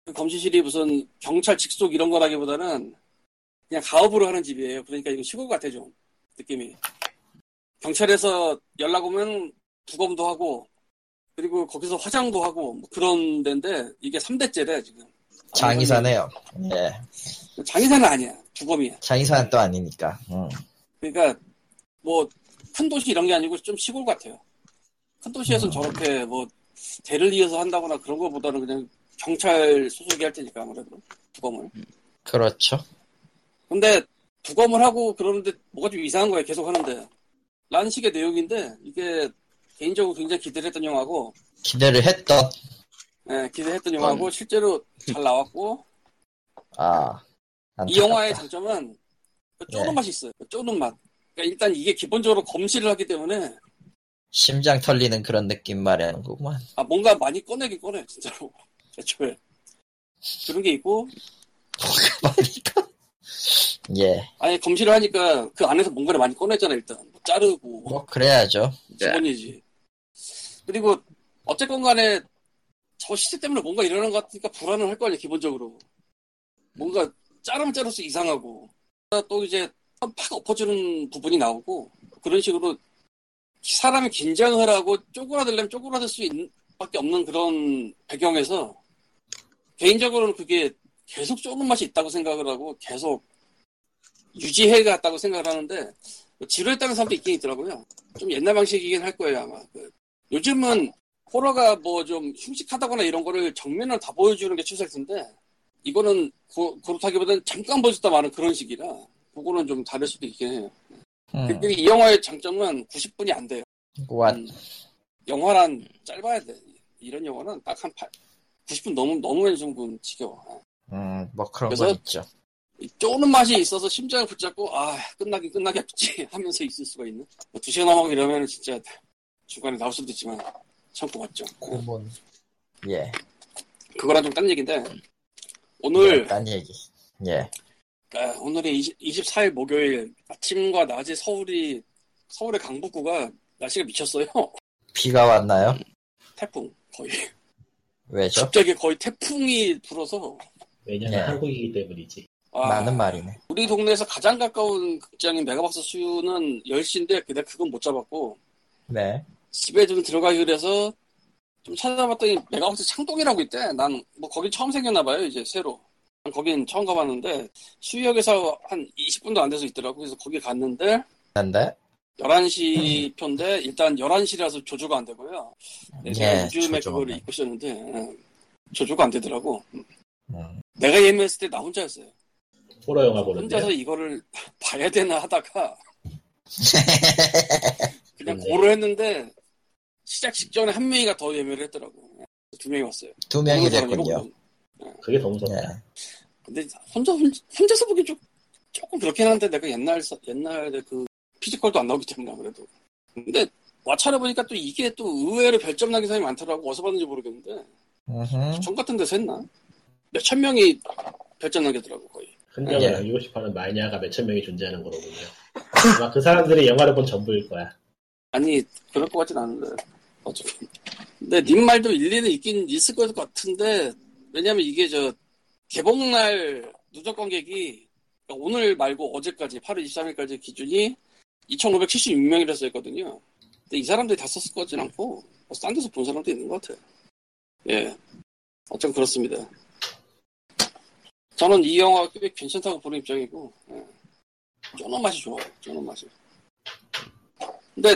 그 검시실이 무슨 경찰 직속 이런 거라기보다는 그냥 가업으로 하는 집이에요 그러니까 이거 시골 같아 좀 느낌이 경찰에서 연락 오면 부검도 하고 그리고 거기서 화장도 하고 뭐 그런 데인데 이게 3대째래 지금
장의사네요. 예.
장의사는 아니야 주검이야
장의사는 또 아니니까. 음.
그러니까 뭐 큰 도시 이런 게 아니고 좀 시골 같아요 큰 도시에서는 저렇게 뭐 대를 이어서 한다거나 그런 거보다는 그냥 경찰 소속이 할 테니까 아무래도 부검을
그렇죠.
근데 부검을 하고 그러는데 뭐가 좀 이상한 거예요 계속 하는데 라는 식의 내용인데 이게 개인적으로 굉장히 기대를 했던 영화고
기대를 했던
예, 기대했던 영화고 실제로 잘 나왔고
아.
이 영화의
안타깝다.
장점은 그 쪼는
네.
맛이 있어요. 그 쪼는 맛. 그러니까 일단 이게 기본적으로 검시를 하기 때문에
심장 털리는 그런 느낌 말하는 거구만.
아 뭔가 많이 꺼내긴 꺼내 진짜로 애초에 그런 게 있고
말이니까. 예.
아예 검시를 하니까 그 안에서 뭔가를 많이 꺼내잖아 일단 뭐 자르고
뭐 그래야죠.
네.
기본이지. 그리고 어쨌건 간에 저 시체 때문에 뭔가 일어나는 것 같으니까 불안을 할 거 아니야 기본적으로. 뭔가 자르면 자를수 이상하고 또 이제 팍 엎어주는 부분이 나오고 그런 식으로 사람이 긴장을 하고 쪼그라들려면 쪼그라들 수 있는 밖에 없는 그런 배경에서 개인적으로는 그게 계속 쪼는 맛이 있다고 생각을 하고 계속 유지해 갔다고 생각을 하는데 지루했다는 사람도 있긴 있더라고요. 좀 옛날 방식이긴 할 거예요 아마. 그 요즘은 호러가 뭐 좀 흉측하다거나 이런 거를 정면으로 다 보여주는 게 추세인데 이거는 고- 그렇다기보다는 잠깐 보여줬다 마는 그런 식이라 그거는 좀 다를 수도 있긴 해요.
음.
근데 이 영화의 장점은 90분이 안 돼요.
와,
음, 영화란 짧아야 돼. 이런 영화는 딱 한 90분 너무 너무 해주면 지겨워.
음, 뭐 그런
그래서-
건 있죠.
이 쪼는 맛이 있어서 심장을 붙잡고 아 끝나긴 끝나겠지 하면서 있을 수가 있는. 뭐두 시간 넘어가고 이러면 진짜 중간에 나올 수도 있지만 참고 봤죠.
고문. 예.
그거랑 좀 딴 얘기인데 오늘
딴 얘기. 예.
네.
아, 오늘이 20, 24일 목요일 아침과 낮에 서울이 서울의 강북구가 날씨가 미쳤어요.
비가 왔나요?
태풍 거의
왜죠?
갑자기 거의 태풍이 불어서
왜냐면
예.
한국이기 때문이지.
아,
많은 말이네.
우리 동네에서 가장 가까운 극장인 메가박스 수유는 10시인데 근데 그건 못 잡았고
네.
집에 좀 들어가기 그래서 좀 찾아봤더니 메가박스 창동이라고 있대. 난 뭐 거기 처음 생겼나 봐요. 이제 새로. 난 거긴 처음 가봤는데 수유역에서 한 20분도 안 돼서 있더라고. 그래서 거기 갔는데
난데?
11시 편데 일단 11시라서 조조가 안 되고요.
예,
내가
조조가
요즘에 그거를
없네.
입고 있었는데 응, 조조가 안 되더라고.
음.
내가 예매했을 때 나 혼자였어요.
호러 영화
그러니까 혼자서
보는데
이거를 봐야 되나 하다가 그냥
네.
고로 했는데 시작 직전에 한 명이가 더 예매를 했더라고. 두 명이 왔어요.
두
네,
명이
보는 사람이
됐군요.
없고.
그게 더
네.
무섭다.
예.
근데 혼자 혼- 혼자서 보기 좀 조금 그렇긴 한데 내가 옛날 서- 옛날에 그 피지컬도 안 나오기 때문에 아무래도. 근데 와차를 보니까 또 이게 또 의외로 별점 나기 사람이 많더라고. 어디서 봤는지 모르겠는데
음흠.
전 같은 데서 했나? 몇 천 명이 별점 남기더라고 거의.
흔적을
예.
남기고 싶어하는 마이냐가 몇천 명이 존재하는 거로군요. 아마 그 사람들이 영화를 본 전부일 거야.
아니 그럴 것 같진 않은데 어쨌든 근데 님 말도 일리는 있긴 있을 것 같은데 왜냐면 이게 저 개봉날 누적 관객이 그러니까 오늘 말고 어제까지 8월 23일까지 기준이 2,576명이라 써있거든요 근데 이 사람들이 다 썼을 것 같진 않고 뭐싼 데서 본 사람도 있는 것 같아요 예 어쩜 그렇습니다 저는 이 영화 꽤 괜찮다고 보는 입장이고 예. 쫀한 맛이 좋아요 쫀한 맛이 근데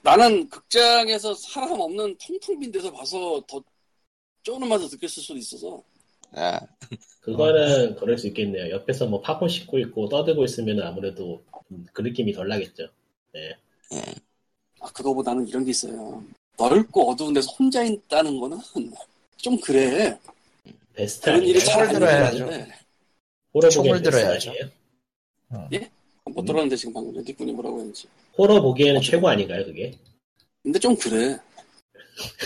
나는 극장에서 사람 없는 통통 빈 데서 봐서 더 쪼는 맛을 느꼈을 수도 있어서
아,
그거는 그럴 수 있겠네요. 옆에서 뭐 팝콘 씹고 있고 떠들고 있으면 아무래도 음, 그 느낌이 덜 나겠죠.
아 그거보다는 이런 게 있어요 넓고 어두운 데서 혼자 있다는 거는 좀 그래
베스트
그런 일이
아니에요?
잘
차를
안
들어야죠.
일어나는데
호러
총을
보기에는 베스트
들어야죠.
아니에요?
못 들었는데 지금 방금 전에 뒷분이 뭐라고 했는지
호러 보기에는 최고 아닌가요 그게?
근데 좀 그래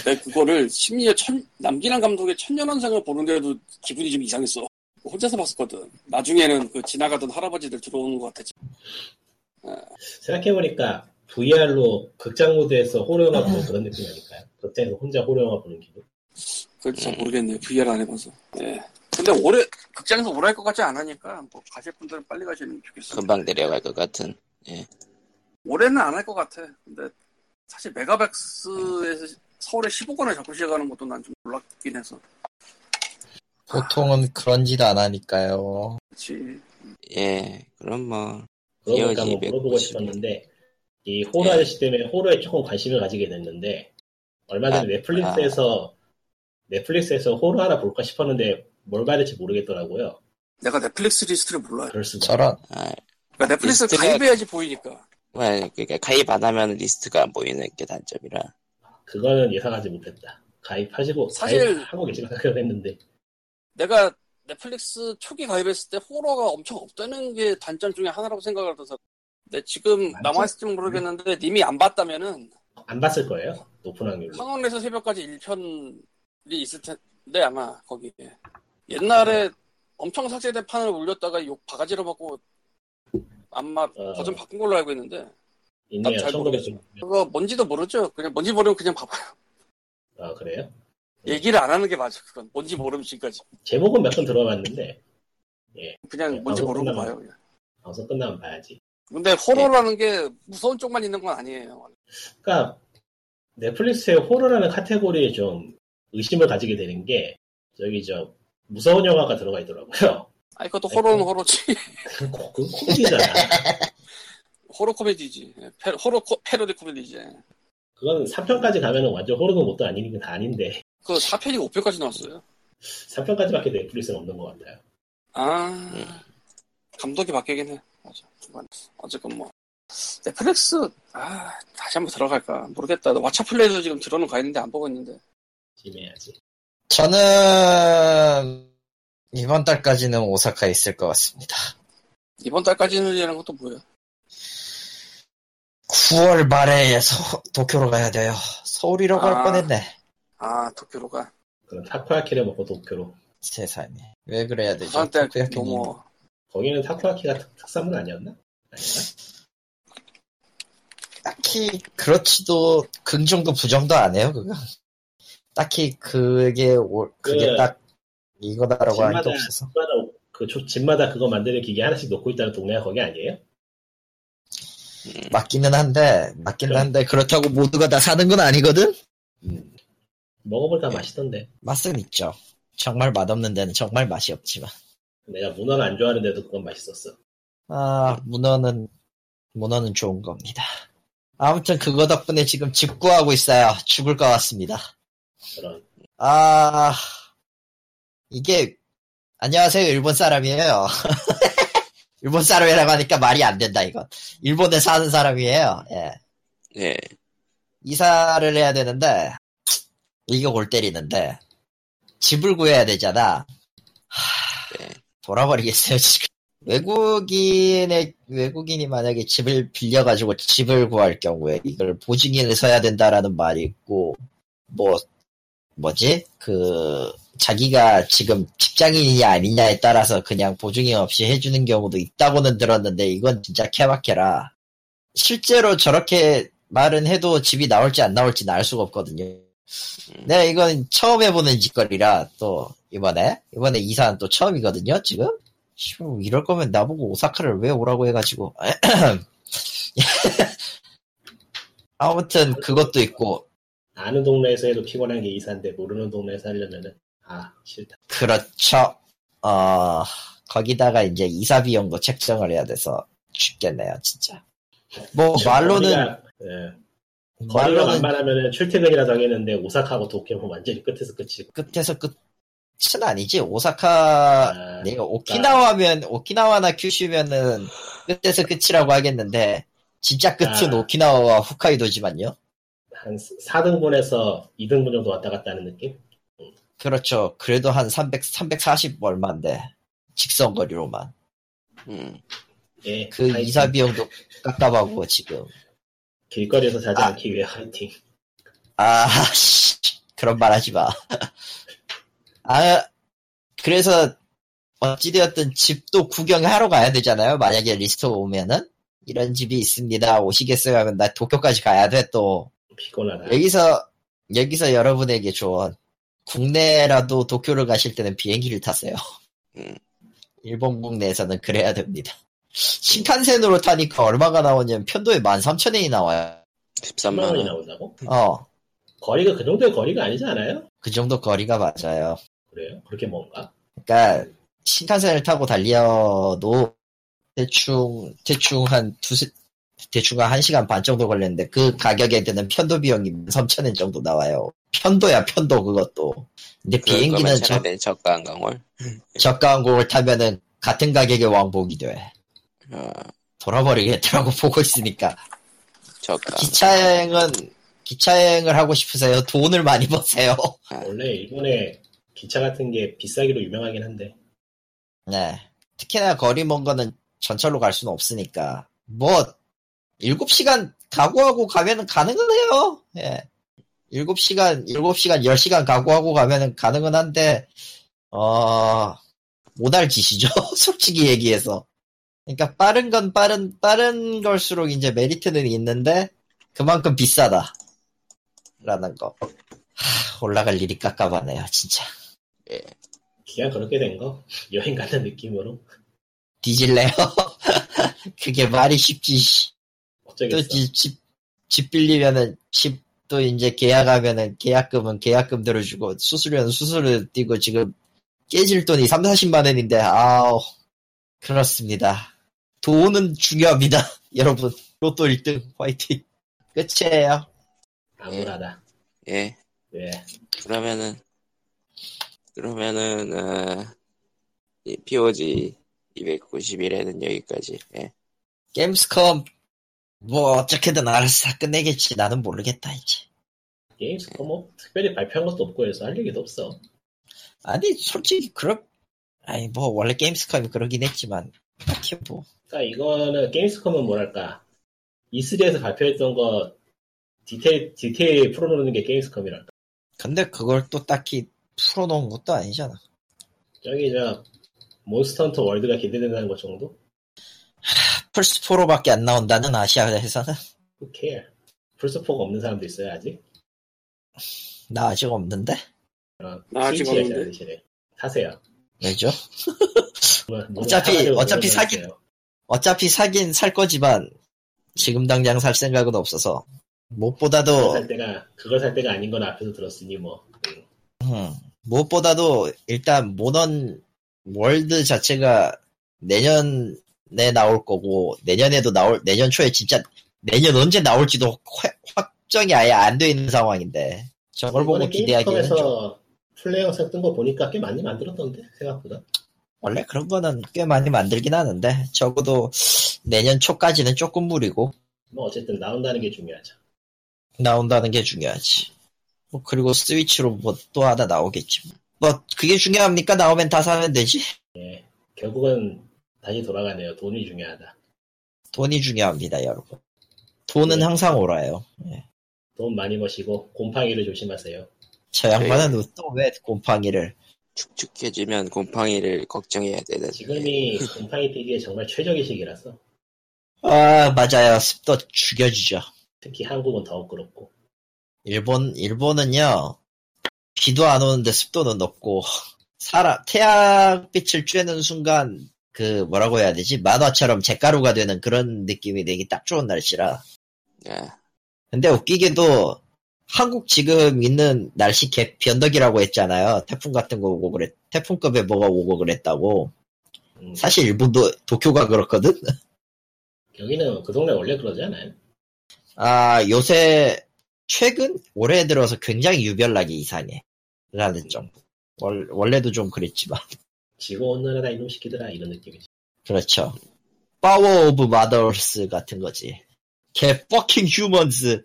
내가 그거를 심리에 천, 남기란 감독의 천년원상을 보는데도 기분이 좀 이상했어 혼자서 봤었거든 나중에는 그 지나가던 할아버지들 들어오는 것 같아
생각해보니까 VR로 극장 모드에서 호러 영화 보는 그런 느낌 아닐까요? 극장에서 혼자 호러 영화 보는 기분?
그걸 잘 모르겠네요. VR 안 해봐서. 예. 음. 근데 올해 극장에서 오래 할 것 같지 않으니까 뭐 가실 분들은 빨리 가시는 게 좋겠어요.
금방 내려갈 것 같은.
올해는 안 할 것 같아. 근데 사실 메가박스에서 서울에 15권을 잡고 시작하는 것도 난 좀 놀랍긴 해서.
보통은 그런 짓 안 하니까요.
그렇지.
예, 그럼 뭐
그러니까
이어지
뭐 물어보고
190.
싶었는데 이 호러
예.
아저씨 때문에 호러에 조금 관심을 가지게 됐는데 얼마 전에
아,
넷플릭스에서 넷플릭스에서 호러 하나 볼까 싶었는데 뭘 봐야 될지 모르겠더라고요.
내가 넷플릭스 리스트를 몰라요.
그럴 수가.
저런.
아,
그러니까 넷플릭스
리스트가-
가입해야지 보이니까.
뭐, 그러니까 가입 안 하면 리스트가 안 보이는 게 단점이라.
그거는 예상하지 못했다. 가입하시고
사실-
가입하고 계시나 생각했는데
내가 넷플릭스 초기 가입했을 때 호러가 엄청 없다는 게 단점 중에 하나라고 생각을 해서 근데 지금
맞죠?
남아있을지 모르겠는데 님이 안 봤다면은
안 봤을 거예요. 높은 확률로.
황혼에서 새벽까지 1편이 있을 텐데 아마 거기에 옛날에
네.
엄청 삭제된 판을 올렸다가 욕 바가지로 받고 아마
어.
버전 바꾼 걸로 알고 있는데
있네요.
잘
1900.
그거 뭔지도 모르죠 그냥 뭔지 모르면 그냥 봐봐요
아 그래요?
얘기를 안 하는 게 맞아 그건 뭔지 모르면 지금까지
제목은 몇 번 들어봤는데
그냥
네,
뭔지
방송
모르고
끝나면. 네.
봐요 그냥.
방송 끝나면 봐야지.
근데 호러라는 게 무서운 쪽만 있는 건 아니에요
그러니까 넷플릭스의 호러라는 카테고리에 좀 의심을 가지게 되는 게 저기 저 무서운 영화가 들어가 있더라고요.
아니 그것도
네.
호러는 호러지
그 코- 그 코미디잖아.
호러 코미디지 예, 패- 호러 코- 패러디 코미디지
그건 3편까지 가면은 완전 호러도 못도 아니니까 다 아닌데
그 4편이 5편까지 나왔어요
3편까지밖에 넷플릭스는 없는 것 같아요.
아 감독이 바뀌긴 해 맞아 중간에. 어쨌건 뭐 넷플릭스 아 다시 한번 들어갈까 모르겠다 왓챠플레이도 지금 들어는 가 있는데 안 보고 있는데
심해야지.
저는 이번 달까지는 오사카에 있을 것 같습니다.
이번 달까지는이라는 것도 뭐야
9월 말에 서- 도쿄로 가야 돼요. 서울이라고
아.
할 뻔했네.
아 도쿄로가
그럼 타코야키를 먹고 도쿄로.
세상에. 왜 그래야 되지?
부산 때
도쿄 약간
너무
거기는 타코야키가 특, 특산물 아니었나? 아닌가?
딱히 그렇지도 긍정도 부정도 안 해요 그거 딱히 그게 올- 그게
그
딱 이거다라고 할 게
집마다-
없어서
집마다 오- 그 그 조- 집마다 그거 만드는 기계 하나씩 놓고 있다는 동네가 거기 아니에요?
맞기는 한데 맞긴 한데 그렇다고 모두가 다 사는 건 아니거든.
먹어볼까
네.
맛있던데.
맛은 있죠. 정말 맛없는 데는 정말 맛이 없지만.
내가 문어를 안 좋아하는데도 그건 맛있었어.
아, 문어는, 문어는 좋은 겁니다. 아무튼 그거 덕분에 지금 집구하고 있어요. 죽을 것 같습니다.
그런.
아, 이게, 안녕하세요. 일본 사람이에요. 일본 사람이라고 하니까 말이 안 된다, 이건. 일본에 사는 사람이에요. 예.
네.
이사를 해야 되는데, 이거 골 때리는데, 집을 구해야 되잖아. 하,
네.
돌아버리겠어요, 지금. 외국인의, 외국인이 만약에 집을 빌려가지고 집을 구할 경우에 이걸 보증인을 서야 된다라는 말이 있고, 뭐, 뭐지? 그, 자기가 지금 직장인이냐 아니냐에 따라서 그냥 보증인 없이 해주는 경우도 있다고는 들었는데, 이건 진짜 케바케라. 실제로 저렇게 말은 해도 집이 나올지 안 나올지는 알 수가 없거든요.
음.
내가 이건 처음 해보는 짓거리라 또 이번에 이번에 이사는 또 처음이거든요. 지금 씨발, 이럴 거면 나보고 오사카를 왜 오라고 해가지고 아무튼 그것도 있고
아는 동네에서 해도 피곤한 게 이사인데 모르는 동네에서 하려면은 아 싫다.
그렇죠. 어 거기다가 이제 이사 비용도 책정을 해야 돼서 죽겠네요, 진짜. 뭐 말로는
그렇죠. 거리가, 예, 거리가
말로는
만만하면은 출퇴근이라도 하겠는데 오사카하고 도쿄는 뭐 완전히 끝에서 끝이고.
끝에서 끝은 아니지. 오사카
아,
내가 오키나와면 오키나와나 큐슈면은 끝에서 끝이라고 하겠는데 진짜 끝은
아.
오키나와와 홋카이도지만요.
한 4등분에서 2등분 정도 왔다 갔다 하는 느낌?
그렇죠. 그래도 한 300, 340 얼마인데 직선 거리로만
음.
예.
그
하여튼
이사 비용도 깝깝하고 지금
길거리에서 자지
아.
않기 위해 화이팅.
아 씨, 그런 말 하지 마. 아 그래서 어찌되었든 집도 구경하러 가야 되잖아요. 만약에 리스트 오면은 이런 집이 있습니다. 오시겠어요? 하면 나 도쿄까지 가야 돼 또.
피곤하다.
여기서 여기서 여러분에게 조언. 국내라도 도쿄를 가실 때는 비행기를 타세요.
음.
일본 국내에서는 그래야 됩니다. 신칸센으로 타니까 얼마가 나오냐면 편도에 13,000엔이 나와요.
13만
10만
아.
원이
원.
나온다고?
그러니까.
어,
거리가 그 정도의 거리가 아니지 않아요?
그 정도 거리가 맞아요.
그래요? 그렇게 먼가?
그러니까 신칸센을 타고 달려도 대충 대충 한 두세 대충 한 1시간 반 정도 걸렸는데 그 가격에 드는 편도 비용이 13,000엔 정도 나와요. 편도야 편도 그것도. 근데 비행기는 저,
차라리 저가항 강월.
저가 항공을 타면은 같은 가격에 왕복이 돼.
어,
돌아버리겠더라고 보고 있으니까.
저가.
기차여행은 기차여행을 하고 싶으세요? 돈을 많이 버세요.
원래 일본에 기차 같은 게 비싸기로 유명하긴 한데
네. 특히나 거리 먼 거는 전철로 갈 수는 없으니까. 뭐 7시간 각오하고 가면은 가능은 해요. 예. 7시간, 7시간, 10시간 각오하고 가면은 가능은 한데 어 못할 짓이죠. 솔직히 얘기해서. 그러니까 빠른 건 빠른 빠른 걸수록 이제 메리트는 있는데 그만큼 비싸다. 라는 거. 하, 올라갈 일이 깝깝하네요, 진짜.
그냥 그렇게 된 거? 여행 가는 느낌으로?
뒤질래요? 그게 말이 쉽지. 씨. 또
어쩌겠어
집, 집, 집 빌리면은 집도 이제 계약하면은 계약금은 계약금 들어주고 수수료는 수수료 띄고 지금 깨질 돈이 3, 40만 원인데 아우 그렇습니다. 돈은 중요합니다. 여러분 로또 1등 화이팅 끝이에요.
암울하다
예.
예.
그러면은 그러면은 어, 이 POG 291회는 여기까지. 예.
게임스컴 뭐 어떻게든 알아서 다 끝내겠지 나는 모르겠다 이제.
게임스컴 뭐 특별히 발표한 것도 없고 해서 할 얘기도 없어
아니 솔직히 그런 아니 뭐 원래 게임스컴이 그러긴 했지만 딱히 뭐
그러니까 이거는 게임스컴은 뭐랄까 E3에서 발표했던 거 디테일, 디테일 풀어놓는 게 게임스컴이랄까
근데 그걸 또 딱히 풀어놓은 것도 아니잖아.
저기 저 몬스터 헌터 월드가 기대된다는 것 정도?
플스4로밖에 안 나온다는 아시아 회사는?
Who care 플스4가 없는 사람도 있어요 아직?
나 아직 없는데?
그런
나 아직
뭐,
스위치가
없는데.
있잖아요, 사실에. 사세요
왜죠? 어차피- 어차피 사기- 어차피 사긴 살 거지만 지금 당장 살 생각은 없어서
그걸
무엇보다도
살 때가 그걸 살 때가 아닌 건 앞에서 들었으니 뭐 음,
음, 무엇보다도 일단 모던 월드 자체가 내년에 나올 거고 내년에도 나올 내년 초에 진짜 내년 언제 나올지도 확- 확정이 아예 안 돼 있는 상황인데 저걸 보고
이번에
기대하기는 좀
게임컴에서 플레이 영상 뜬 거 보니까 꽤 많이 만들었던데 생각보다
원래 그런 거는 꽤 많이 만들긴 하는데 적어도 내년 초까지는 조금 무리고
뭐 어쨌든 나온다는 게 중요하죠
나온다는 게 중요하지 뭐 그리고 스위치로 뭐 또 하나 나오겠지 뭐 그게 중요합니까 나오면 다 사면 되지
결국은 다시 돌아가네요 돈이 중요하다
돈이 중요합니다, 여러분. 돈은
네.
항상 오라요.
돈 많이 버시고 곰팡이를 조심하세요
저 양반은 또 왜 곰팡이를.
축축해지면 곰팡이를 걱정해야 되는
지금이 곰팡이 피기에 정말 최적의 시기라서
아, 맞아요. 습도 죽여주죠.
특히 한국은 더욱 그렇고
일본, 일본은요, 비도 안 오는데 습도는 높고, 사람, 태양빛을 쬐는 순간, 그, 뭐라고 해야 되지? 만화처럼 잿가루가 되는 그런 느낌이 되기 딱 좋은 날씨라.
예.
근데 웃기게도, 한국 지금 있는 날씨 개, 변덕이라고 했잖아요. 태풍 같은 거 오고 그랬, 태풍급에 뭐가 오고 그랬다고.
음,
사실 일본도 도쿄가 그렇거든.
여기는 그 동네 원래 그러지 않아요?
아 요새 최근 올해 들어서 굉장히 유별나게 이상해라는 점. 월, 원래도 좀 그랬지만
지구온난화다 이놈 시키더라 이런 느낌이지
그렇죠. 파워 오브 마더스 같은 거지. 개 퍼킹 휴먼즈.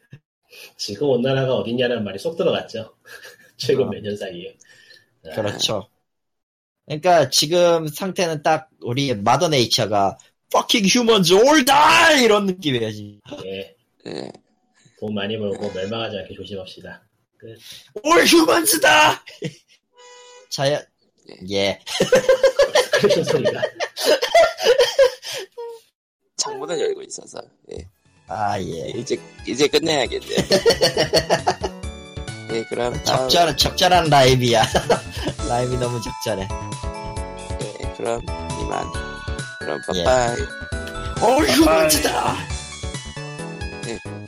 지구온난화가 어딨냐는 말이 쏙 들어갔죠 최근
아.
몇 년 사이에 아,
그렇죠. 그러니까 지금 상태는 딱 우리 마더 네이처가 퍼킹 휴먼즈 올다 이런 느낌이에요. 지금.
예.
예.
돈 많이 벌고 멸망하지 않게 조심합시다
올 휴먼즈다. 자연 예.
그런 소리가
창문을 열고 있어서 예.
아, 예.
이제 이제 끝내야겠네. 네 그럼 다음
적절, 적절한 라임이야. 라임이 너무 적절해.
네, 그럼 이만 그럼
예.
빠빠이.
오, 휴먼즈다!
네.